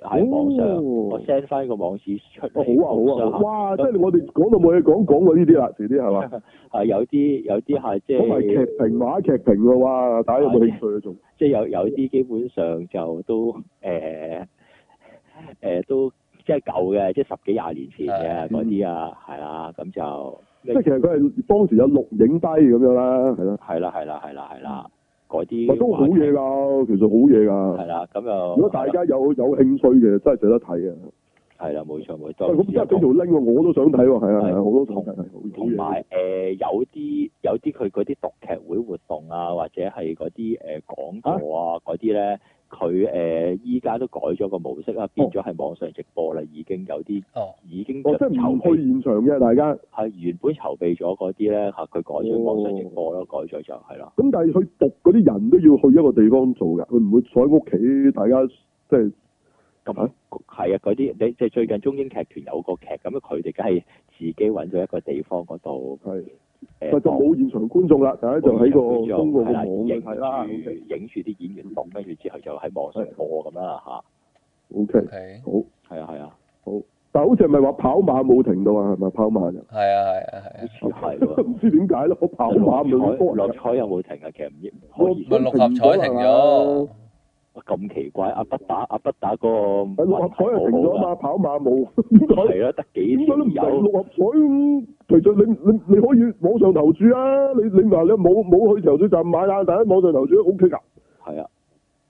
可能喺網哦上，我 send 翻個網址出哦，好嚟。啊，好啊，哇！即咁係我哋講到冇嘢講，講過呢啲啦，遲啲係嘛？啊有啲有啲係即講埋劇係。評話劇評喎，哇！大家有冇興趣啊？仲即係有有啲基本上就都誒 *laughs* 誒、呃呃都即係舊嘅，即係十幾廿年前嘅係嗰啲啊，係啦，咁就即係其實佢係當時有錄影低咁樣啦，係咯，係啦，係啦，係啦，係嗯啦，嗰哇啲都好嘢㗎，其實好嘢係㗎。啦，咁又如果大家有有興趣嘅，真係值得睇啊！係啦，冇錯冇喂咁錯，真係俾條 link 喎我都想睇喎，係啊係係啊，我都想睇，係好同嘢。埋誒有啲有啲佢嗰啲讀劇會活動啊，或者係嗰啲誒講座啊嗰啲咧，佢誒依家都改咗個模哦式啦，啊變咗係網上直播啦，已經有啲哦，已經我即係唔籌備去現場嘅，大家係原本籌備咗嗰啲咧嚇，佢改咗網上直播哦咯，改咗就係咯，咁但係去讀嗰啲人都要去一個地方做㗎，佢唔會坐喺屋企，大家即係咁啊係啊，嗰啲你即係最近中英劇團有個劇，咁啊佢哋梗係自己揾咗一個地方嗰度係，誒，但就冇現場觀眾啦，大家就喺網個上通過個係啦網去睇啦。影住影住啲演員錄，跟住之後就喺網上播咁啦 O K， OK，好。嚇，係啊係啊，好，但好似係咪話跑馬冇停到啊？係咪跑馬就？係啊係啊係啊，好似係喎。 *laughs* 唔知點解咯，跑馬咪會多落人彩有冇停啊？其實唔應可以咪六合彩停咗，哇咁奇怪，阿北打阿北打個係六合彩係停咗啊嘛，跑馬冇，點解？係啦，得幾點解條都唔停友六合彩咁？其實你你你可以網上投注啊！你你嗱你冇冇去投注站買啦，但係網上投注 O K 㗎。係啊，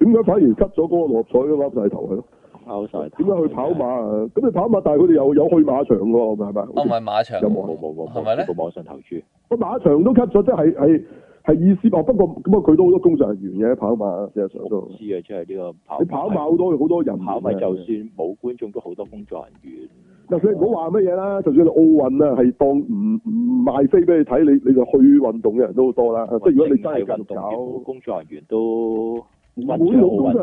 點解反而 cut 咗嗰個六合彩咁啱晒頭係咯？拋晒頭。點解去跑馬啊？咁你跑馬，但係佢哋又有去馬場喎，係咪？哦我唔係馬場有冇冇冇係咪咧冇網上投注，個馬場都 cut 咗，即係係係意思哦。不過咁啊，佢都好多工作人員嘅跑馬，事實上我唔都。知啊，即係呢個跑你跑馬好多好多人嘅，跑馬就算冇觀眾都好多工作人員。就算你唔好話乜嘢啦，就算你奧運啊，係當唔唔賣飛俾你睇，你你就去運動嘅人都好多啦。即係如果你真係淨係運繼續動搞，員冇工作人員冇冇工作都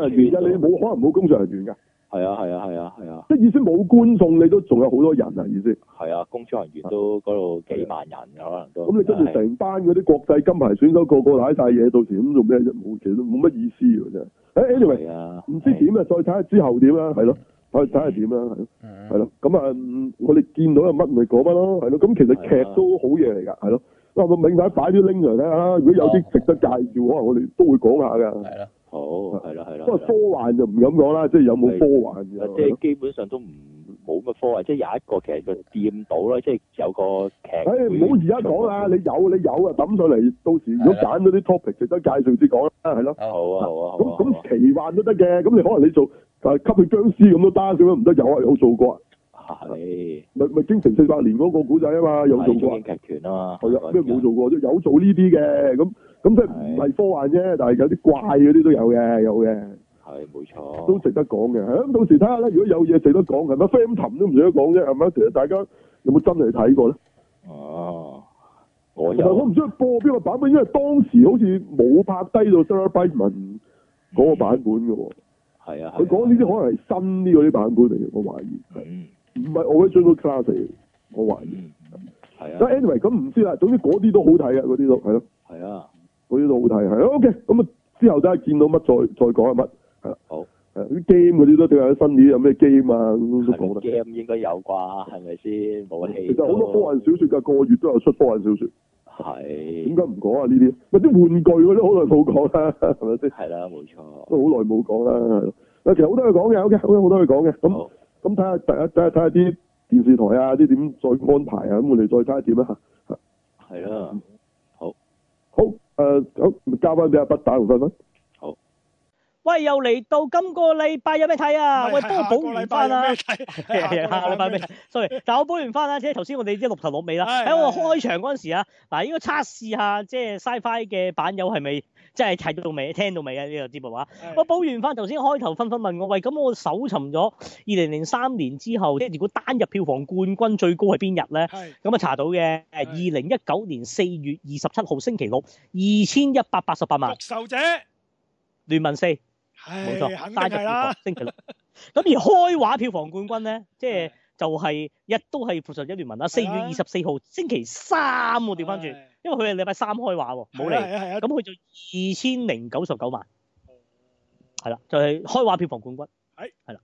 人員㗎，你冇可能冇工作人員㗎。係啊係啊係啊係啊即係意思冇觀眾，你都仲有好多人啊意思。係啊，工作人員都嗰度幾萬人可能都。咁你跟住係成班嗰啲國際金牌選手個個攋晒嘢，到時咁做咩啫？冇其實都冇乜意思㗎啫。誒，anyway，係啊，唔知點啊，再睇下之後點啦，係咯，睇睇下點啦，係咯。嗯係，咯，咁啊，嗯我哋見到有乜咪講乜咯，係咯，咁其實劇係啊都好嘢嚟㗎，係咯。嗱，我明擺擺啲拎嚟睇下啦，如果有啊啲值得介紹，可能我哋都會講下㗎。係咯，好係啊啦係啦不過係啦。科幻就唔敢講啦，即係有冇科幻嘅。即係係咯基本上都唔冇乜科幻，即係有一個其實佢掂到啦，即係有個劇。唉，唔好而家講啦，你有你有啊，抌上嚟，到時如果係啦揀咗啲 topic 值得介紹先講啦，係咯。好好啊啊好啊好咁啊。好啊咁奇幻都得嘅，咁你可能你做誒吸血僵屍咁都得，點解唔得？有啊，有做過啊，係咪咪京城四百年嗰個古仔啊嘛，有做過係中啊英。劇團啊嘛，係啊，咩冇嗰陣時做過啫，有做呢啲嘅，咁咁即係唔係科幻啫，但係有啲怪嗰啲都有嘅，有嘅，係冇錯，都值得講嘅。咁到時睇下咧，如果有嘢值得講，係咪 f a m 氹都唔值得講啫，係咪？其實大家有冇真係睇過咧？哦，我其實我有唔知佢播邊個版本，因為當時好似冇拍低到 Sarah Brightman 嗰個版本嘅喎。係啊，佢講呢啲可能係新啲嗰啲版本嚟嘅，我懷疑嗯唔係 original class 嚟嘅，我懷疑。嗯係但啊 anyway 咁唔知啦，總之嗰啲都好睇啊，嗰啲都係咯。係啊，嗰啲都好睇，係 OK。咁啊，之後真係見到乜再再講係乜，係啦。好，係啦啲 game 嗰啲都定係新年有咩 game 啊咁都講得。 game 應該有啩，係咪先？武器其實好多科幻小説㗎，個月都有出科幻小説，點係解唔講啊呢啲？咪啲玩具嗰啲好耐冇講啦，係咪先？係啦，冇錯。都好耐冇講啦，係咯。嗱，其實好多嘢講嘅，OK，好多好多嘢講嘅。咁好咁睇下，睇下睇下啲電視台啊，啲點再安排啊，咁我哋再睇下點啦嚇。係啦，好，誒、好，交翻俾阿北打同分分。喂，又嚟到今個禮拜有咩睇啊？喂，幫我補完翻 *laughs* 啊！係啊係啊，下個禮拜咩？sorry，但我補完翻啦，即係頭先我哋即係六頭六尾啦。係喺我係開場嗰陣時啊，嗱應該測試下即係 Sci-Fi 嘅版友係咪即係睇到未、聽到未啊？呢個節目啊，我補完翻頭先開頭紛紛問我，喂，咁我搜尋咗二零零三年之後，即係如果單日票房冠軍最高係邊日咧？咁啊查到嘅，二零一九年四月二十七號星期六，二千一百八十八萬，聯盟四。冇錯，單日票房星期六。咁而開畫票房冠軍咧，即嗯係就係一都係《復仇者聯盟》啦，四月係啊二十四號星期三喎，調翻轉，因為佢係禮拜三開畫喎，冇嚟。啊咁佢就二千零九十九萬，係啦，就係開畫票房冠軍，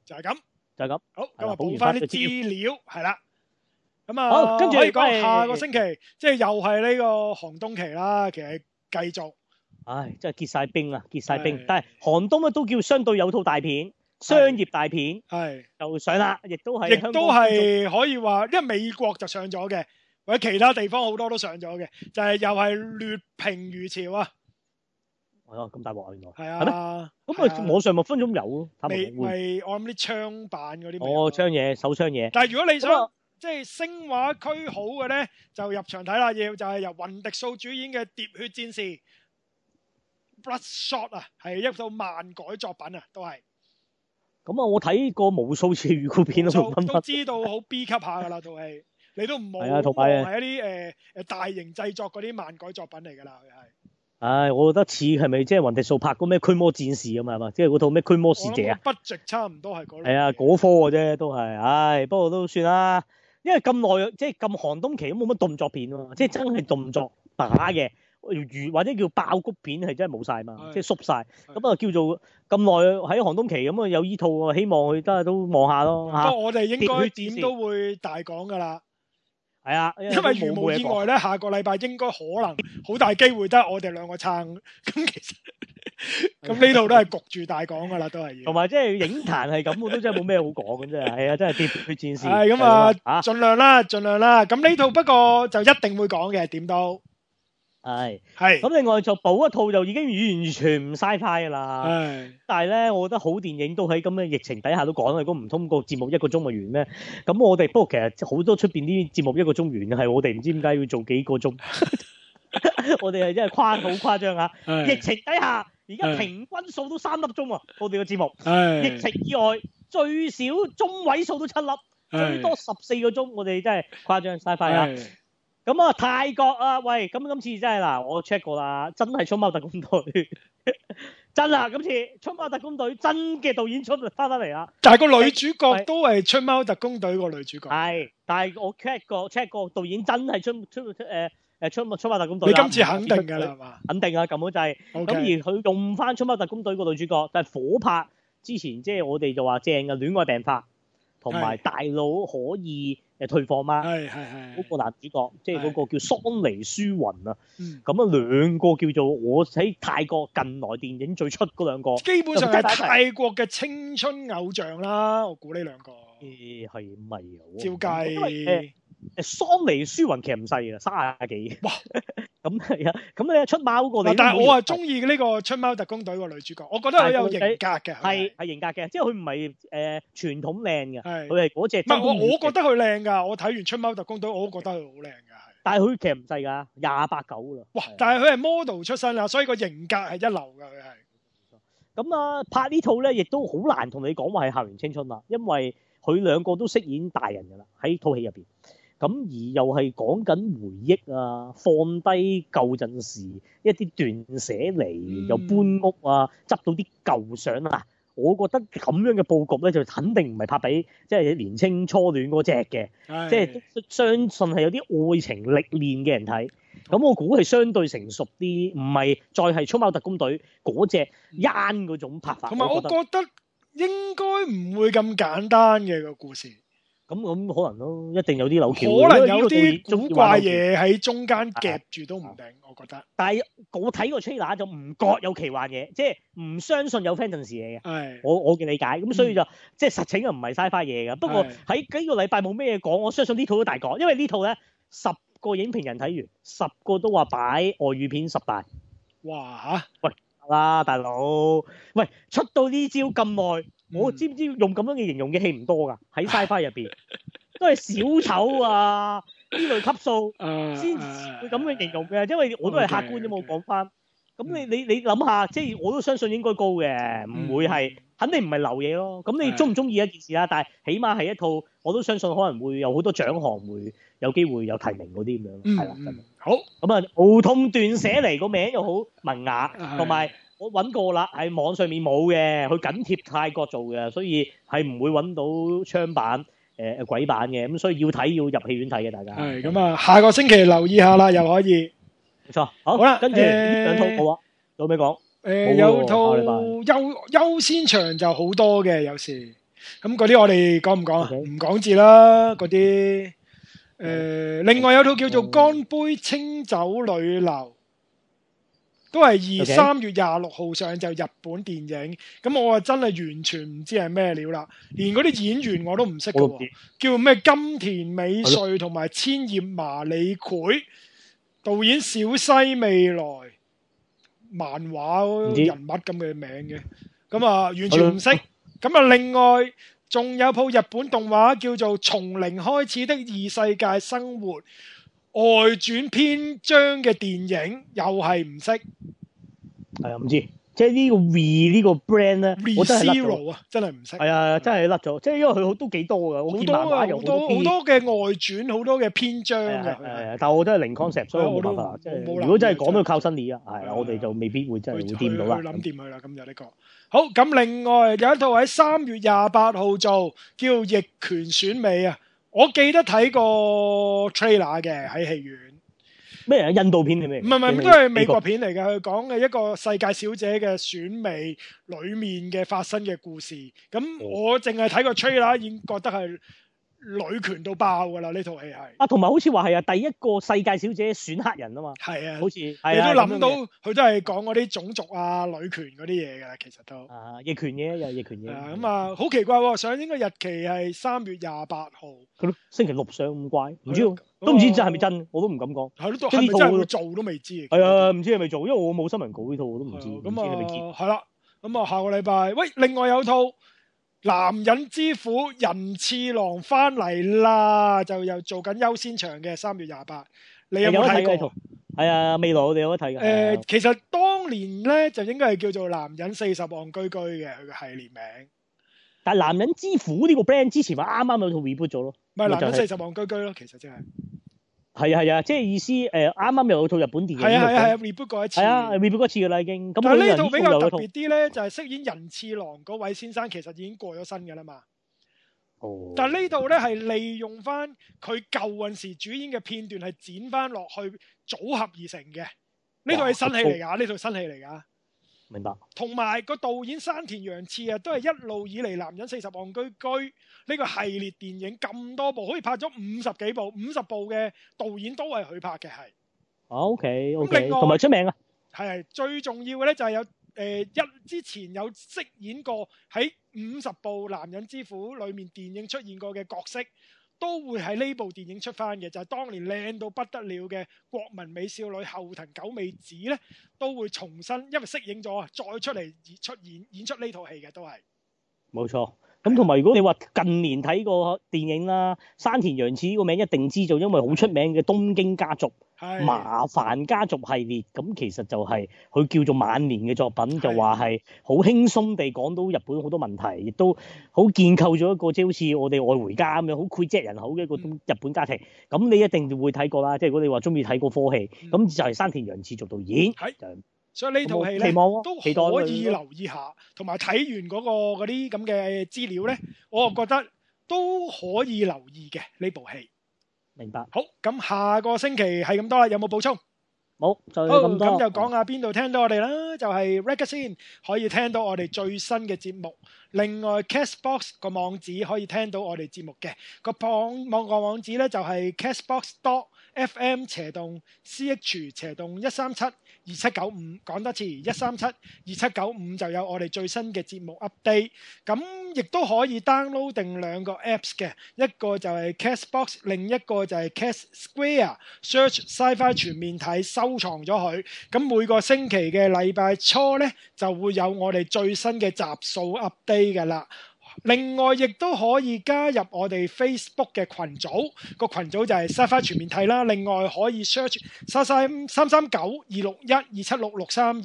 就係咁。好，咁啊係啦，補完補翻返啲啲資料，係啦。咁啊，好跟住可以講喂下個星期，即係又係呢個寒冬期啦。其實繼續唉，真係結晒冰啊，結晒係冰。但係寒冬咧都叫相對有套大片，商業大片係，就上啦，亦都係啊亦香港都觀眾係可以話，因為美國就上咗嘅，或者其他地方好多都上咗嘅，就係又係劣評如潮啊。哦咁大鑊啊原來。係係啊，咁係啊啊，網上咪分鐘有咯，坦白未講會。咪我諗啲槍版嗰啲未有啊哦，槍嘢手槍嘢。但係如果你咁想啊即係星畫區好嘅咧，就入場睇啦，要就係由雲迪素主演嘅《喋血戰士》（Bloodshot） 啊，係一套漫改作品啊，都係咁啊，我睇過無數次預告片啦，就六分都分。知道好 B 級下㗎啦，套戲你都唔冇係啊同埋係一啲誒誒大型製作嗰啲漫改作品嚟㗎啦，佢係唉，我覺得似係咪即係雲迪素拍嗰咩驅魔戰士咁啊？係嘛，即係嗰套咩驅魔使我者諗啊？個 budget 差唔多係嗰類係啊，嘢嗰科嘅啫，都係。唉，不過都算啦，因為咁耐，即係咁寒冬期都冇乜動作片啊嗯嘛，即係真係動作打嘅，如或者叫爆谷片係真係冇晒嘛，係即係縮晒。咁啊，叫做咁耐喺寒冬期咁啊，有依套啊，希望佢都係都望下咯不嚇過。我哋應該喋血戰士點都會大講㗎啦。係啊，因因為為如都無冇嘢意講。外咧，下個禮拜應該可能好大機會都係我哋兩個撐。咁其實咁呢度都係焗住大講噶啦，都係要。同埋即係影壇係咁，我都真係冇咩好講咁啫。係啊，真係喋血戰士。係咁係啊啊，嚇盡量啦，盡量啦。咁呢套不過就一定會講嘅，點都係。係。咁另外就補一套就已經完全唔嘥派㗎啦。係但係咧，我覺得好電影都喺咁嘅疫情底下都講啦。如果唔通過節目一個鐘咪完咩？咁我哋不過其實好多出邊啲節目一個鐘完，係我哋唔知點解要做幾個 *laughs* 鐘。我哋係真係誇好誇張啊！疫係情底下，而家係平均數都三粒鐘喎，我哋嘅節目。疫係情以外最少中位數都七粒，最多十四個鐘，我哋真係誇張嘥快啊！係咁啊，泰國啊，喂，咁今次真係嗱，我 check 過啦，真係《出貓特工隊》 *laughs* 真啦，今次《出貓特工隊》真嘅導演出翻返嚟啊啦，但係個女主角都係出貓特工隊個女主角。係，但係我 check 過 check 過導演真係出出誒誒出出貓特工隊你啦今次肯定㗎啦，係嘛 *laughs* 肯定啊，咁好就係？O 咁而 K。佢用翻《出貓特工隊》個女主角，但係火拍之前即係我哋就話正嘅戀愛病發，同埋係大佬可以誒退貨嗎？係係係。嗰個男主角即係嗰個叫桑尼舒雲啊，嗯咁啊兩個叫做我喺泰國近來電影最出嗰兩個，基本上係泰國嘅青春偶像啦，我估呢兩個。誒係咪啊？我唔照因為計。誒誒桑尼舒雲其實唔細嘅，三廿幾。哇！ *laughs* 咁係啊，咁咧出馬嗰個嗱你，都但冇係我用係中意呢個《出貓特工隊》個女主角，我覺得佢有型格嘅。係係型格嘅，即係佢唔係誒傳統靚嘅，係唔佢係嗰只。係我我覺得佢靚㗎，我睇完《出貓特工隊》我都覺得佢好靚㗎。係但係佢其實唔細㗎，廿八九啦。哇！但係佢係 model 出身啦，所以個型格係一流㗎。佢係咁啊，拍呢套咧，亦都好難同你講話係校園青春啦，因為佢兩個都飾演大人㗎啦，喺套戲入邊。咁而又係講緊回憶啊，放低舊陣時一啲斷捨離，嗯又搬屋啊，執到啲舊相啊。我覺得咁樣嘅佈局咧，就肯定唔係拍俾即係年青初戀嗰只嘅，係即係都相信係有啲愛情歷練嘅人睇。咁我估係相對成熟啲，唔係再係《粗貓特工隊》嗰只 yan 嗰種拍法。嗯同埋我我覺得覺得應該唔會咁簡單嘅個故事，咁咁可能都一定有啲扭可橋嘅，因能為呢有個導演啲中意古玩怪扭橋。嘢喺中間夾住都唔定，我覺得但係我睇個 trailer 就唔覺有奇幻嘢，即係唔相信有 fantasy 嘢嘅。係我我嘅理解，咁所以就、即係實情就唔係嘥花嘢㗎。不過嗯係喺呢個禮拜冇咩嘢講，我相信呢套都大講，因為呢套咧十個影評人睇完，十個都話擺外語片十大哇嚇，啦，大佬。喂，出到呢招咁耐，我嗯知唔知用咁樣嘅形容嘅戲唔多㗎？ *laughs* 喺嘥花入邊都係小丑啊呢類級數。啊先會咁嘅形容嘅，因為我都係客觀啫嘛，我 OK，OK 講翻。咁你你你諗下，即係我都相信應該高嘅，唔會係肯定唔係流嘢咯。咁你係中唔中意一件事啦，但係起碼係一套我都相信可能會有好多獎項會有機會有提名嗰啲咁樣，嗯係啦。嗯好咁啊，奧痛斷寫嚟個名又好文雅，係同埋我揾過啦，喺網上面冇嘅，佢緊貼泰國做嘅，所以係唔會揾到槍版誒誒鬼版嘅，咁所以要睇要入戲院睇嘅，大家。係咁啊，下個星期留意下啦，嗯又可以冇錯，好，好啦跟住呢兩套誒冇啊，有咩講？冇誒、喎呃有套下禮拜優優先場就好多嘅，有時咁嗰啲我哋講唔講啊？ OK 唔講字啦，嗰啲誒，另外有套叫做《乾杯清酒女流》，都係二 OK 三月廿六號上就日本電影，咁我啊真係完全唔知係咩料啦，連嗰啲演員我都唔識嘅我都唔喎知。叫咩金田美係穗同埋千葉麻里葵，導演小西未來漫唔畫知人物咁嘅名嘅，咁啊完全唔識。咁啊，另外仲有部日本動畫叫做《從零開始的異世界生活》外傳篇章嘅電影，又係唔識。係啊，唔知，即係呢個 V 呢個 brand 咧，我真係甩咗。 Zero 啊，真係唔識。係啊，真係甩咗，即係因為佢好都幾多㗎，我好見多漫啊，畫有好好多多好 B，多嘅外傳，好多嘅篇章係啊係啊嘅。係啊，但係我真係零 concept，所以我冇辦係啊法我。即都係冇冇如果真係講留意啊真到係靠新意啊，係係啊啦，我哋就未必會真係佢會掂到啦。佢諗掂佢啦，咁就呢個。好，咁另外有一套喺三月廿八號做，叫《逆權選美》啊。我記得睇過 trailer 嘅喺戲院，咩啊？印度片定咩？唔係唔係，都係美國片嚟嘅。佢講嘅一個世界小姐嘅選美裡面嘅發生嘅故事。咁哦我淨係睇個 trailer 已經覺得係女權到爆㗎啦！呢套戲係啊，同埋好似話係啊，第一個世界小姐選黑人啊嘛，係啊好，似係你啊，都諗咁樣到嘅佢都係講嗰啲種族啊、女權嗰啲嘢㗎啦，其實都。啊，逆權嘢又係逆權嘢。啊，咁啊，好奇怪喎！上映嘅日期係三月廿八號，佢都星期六上咁怪，唔知係啊喎咯都唔知真係咪真，我都唔敢講。係咯，都即係係呢咪套真係會做都未知。係啊，唔知係咪做，因為我冇新聞稿呢套，我都係唔啊，知，唔知咁係咪結。啊，係啦，咁啊，下個禮拜，喂，另外有套《男人之苦》人次郎翻嚟啦，就又做緊優先場嘅三月廿八，你有有冇得睇睇嘅呢過套？？係啊，未來我哋有得睇嘅。誒係啊，其實當年咧就應該係叫做《男人四十戇居居》嘅佢嘅系列名，但係男人之苦呢個 brand 之前咪啱啱有套 reboot 咗咯。咪《咪男就人係四十戇居居》咯，其實真係係啊係啊，即係意思誒，啱啱又有套日本電影。係啊係啊係啊，reboot 過一次。係啊，reboot 嗰次㗎啦已經。咁但係佢呢又度比呢較度特有套。別啲咧，就係、飾演人次郎嗰位先生，其實已經過咗身㗎啦嘛。哦但係呢度咧係利用翻佢舊陣時主演嘅片段，係剪翻落去組合而成嘅。呢套係新戲嚟㗎，呢套新戲嚟㗎。明白。同埋個導演山田洋次啊，都係一路以嚟《男人四十戇居居》呢個系列電影咁多部，可以拍咗五十幾部，五十部嘅導演都係佢拍嘅，係。啊 OK 咁 OK，另外同埋出名啊。係最重要嘅咧，就係有誒、呃一之前有飾演過喺五十部《男人之苦》裏面電影出現過嘅角色，都會喺呢部電影出翻嘅，就係、當年靚到不得了嘅國民美少女後藤久美子咧，都會重新因為飾演咗啊，再出嚟演出演演出呢套戲嘅都係。冇錯。咁同埋如果你話近年睇過電影啦，山田洋次呢個名一定知道，因為好出名嘅《東京家族》。係麻煩家族系列，咁其實就係、佢叫做晚年嘅作品，係就話係好輕鬆地講到日本好多問題，亦都好建構咗一個即係好似我哋愛回家咁樣，好膾炙人口嘅一個嗯日本家庭。咁你一定會睇過啦，即係如果你話中意睇過科戲，嗯咁就係山田洋次做導演，係就係所以呢套戲期咧望咯都期待咯可以留意下，同埋睇完嗰、個嗰啲咁嘅資料咧，我覺得都可以留意嘅呢部戲。明白。好，咁下個星期係咁多啦，有冇補充？冇就好，係咁多。咁就講下邊度聽到我哋啦，就係 Record 先可以聽到我哋最新嘅節目。另外 Castbox 個網址可以聽到我哋節目嘅，個網網個網址咧就係 Castbox dot FM 斜洞 CH 斜洞一三七二七九五，講多次一三七二七九五就有我哋最新嘅節目 update。咁亦都可以 download 定兩個 apps 嘅，一個就係 Castbox，另一個就係 Cast Square。search Sci-Fi 全面睇收藏咗佢，咁每個星期嘅禮拜初呢，就會有我哋最新嘅集數 update 嘅啦。另外，亦都可以加入我哋 Facebook 嘅群組，個群組就係 Sci-Fi 全面睇啦。另外可以 search 三三三三九二六一二七六六三二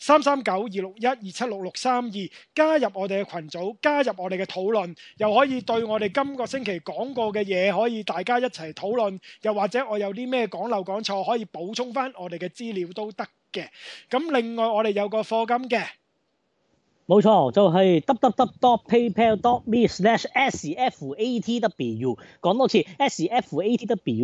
三三九二六一二七六六三二，加入我哋嘅群組，加入我哋嘅討論，又可以對我哋今個星期講過嘅嘢，可以大家一齊討論，又或者我有啲咩講漏講錯，可以補充翻我哋嘅資料都得嘅。咁另外我哋有個課金嘅。冇錯，就係 E www.paypal.me/sfatw 講多次 E sfatw，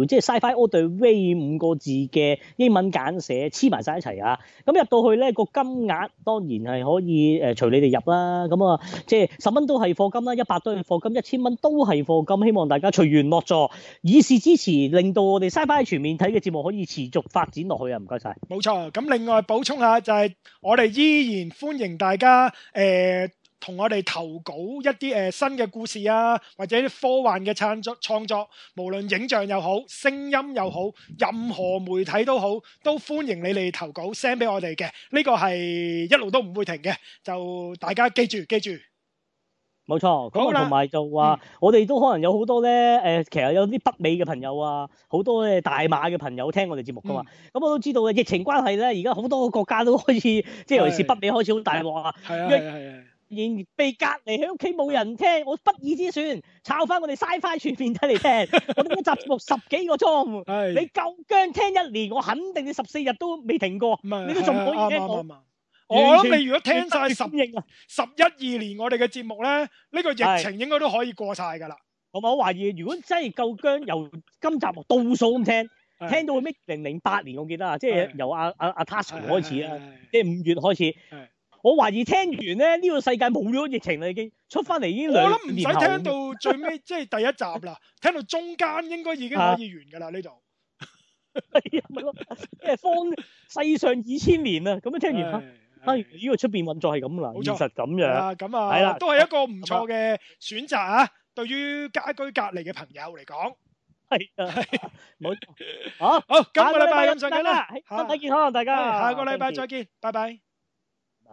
即係 Sci-Fi All the Way 五個字嘅英文簡寫，黐埋晒一齊啊！咁入到去咧個金額當然係可以誒隨你哋入啦，咁啊即係十蚊都係課金啦，一百都係課金，一千蚊都係課金，希望大家隨緣落座，以示支持，令到我哋 Sci-Fi 全面睇嘅節目可以持續發展落去啊！唔該晒。冇錯，咁另外補充下就係、我哋依然歡迎大家誒同、我哋投稿一啲誒、呃新嘅故事啊，或者啲科幻嘅創作創作，無論影像又好，聲音又好，任何媒體都好，都歡迎你哋投稿 send 俾我哋嘅，呢、個係一路都唔會停嘅，就大家記住記住。冇錯，咁好啊啦嗯同埋就話，我哋都可能有好多咧，誒、其實有啲北美嘅朋友啊，好多咧大馬嘅朋友聽我哋節目噶嘛，嗯咁、我都知道嘅，疫情關係咧，而家好多個國家都開始， *laughs* 即係尤其是係北美開始好大鑊啊，係啊係啊係啊，然被隔離喺屋企冇人聽，我不二之選，抄翻我哋 Sci-Fi 全面睇嚟 *laughs* 聽，我哋一集節目十幾個鐘，係你夠姜聽一年，我肯定你十四日都未停過，唔係你都仲可係啊以聽啱到啱啱啱我我完全諗你如果聽晒十歡迎啊！十一二年我哋嘅節目咧，呢、個疫情應該都可以過晒㗎啦。我咪好懷疑，如果真係夠姜，由今集倒數咁聽， *laughs* 係聽到咩零零八年我記得啊，即係係由阿阿阿 Tasco 開始係啊，係係係即係五月開始係。我懷疑聽完咧，呢個世界冇咗疫情啦，已經出翻嚟已經我兩諗唔年後。使聽到最尾， *laughs* 即係第一集啦，聽到中間應該已經啊可以完㗎啦呢度。係啊咪咯 *laughs* 即係方世上二千年啊！咁樣聽完嚇，係啊係呢個出邊運作係咁啦，冇現錯實咁係樣。啊，咁係啦啊，都係一個唔錯嘅選擇啊！對於家居隔離嘅朋友嚟講，係 *laughs* 啊，冇錯。好，好，今下個禮拜咁上緊啦，係下身體健康啊大家。下個禮拜再見，拜拜。拜。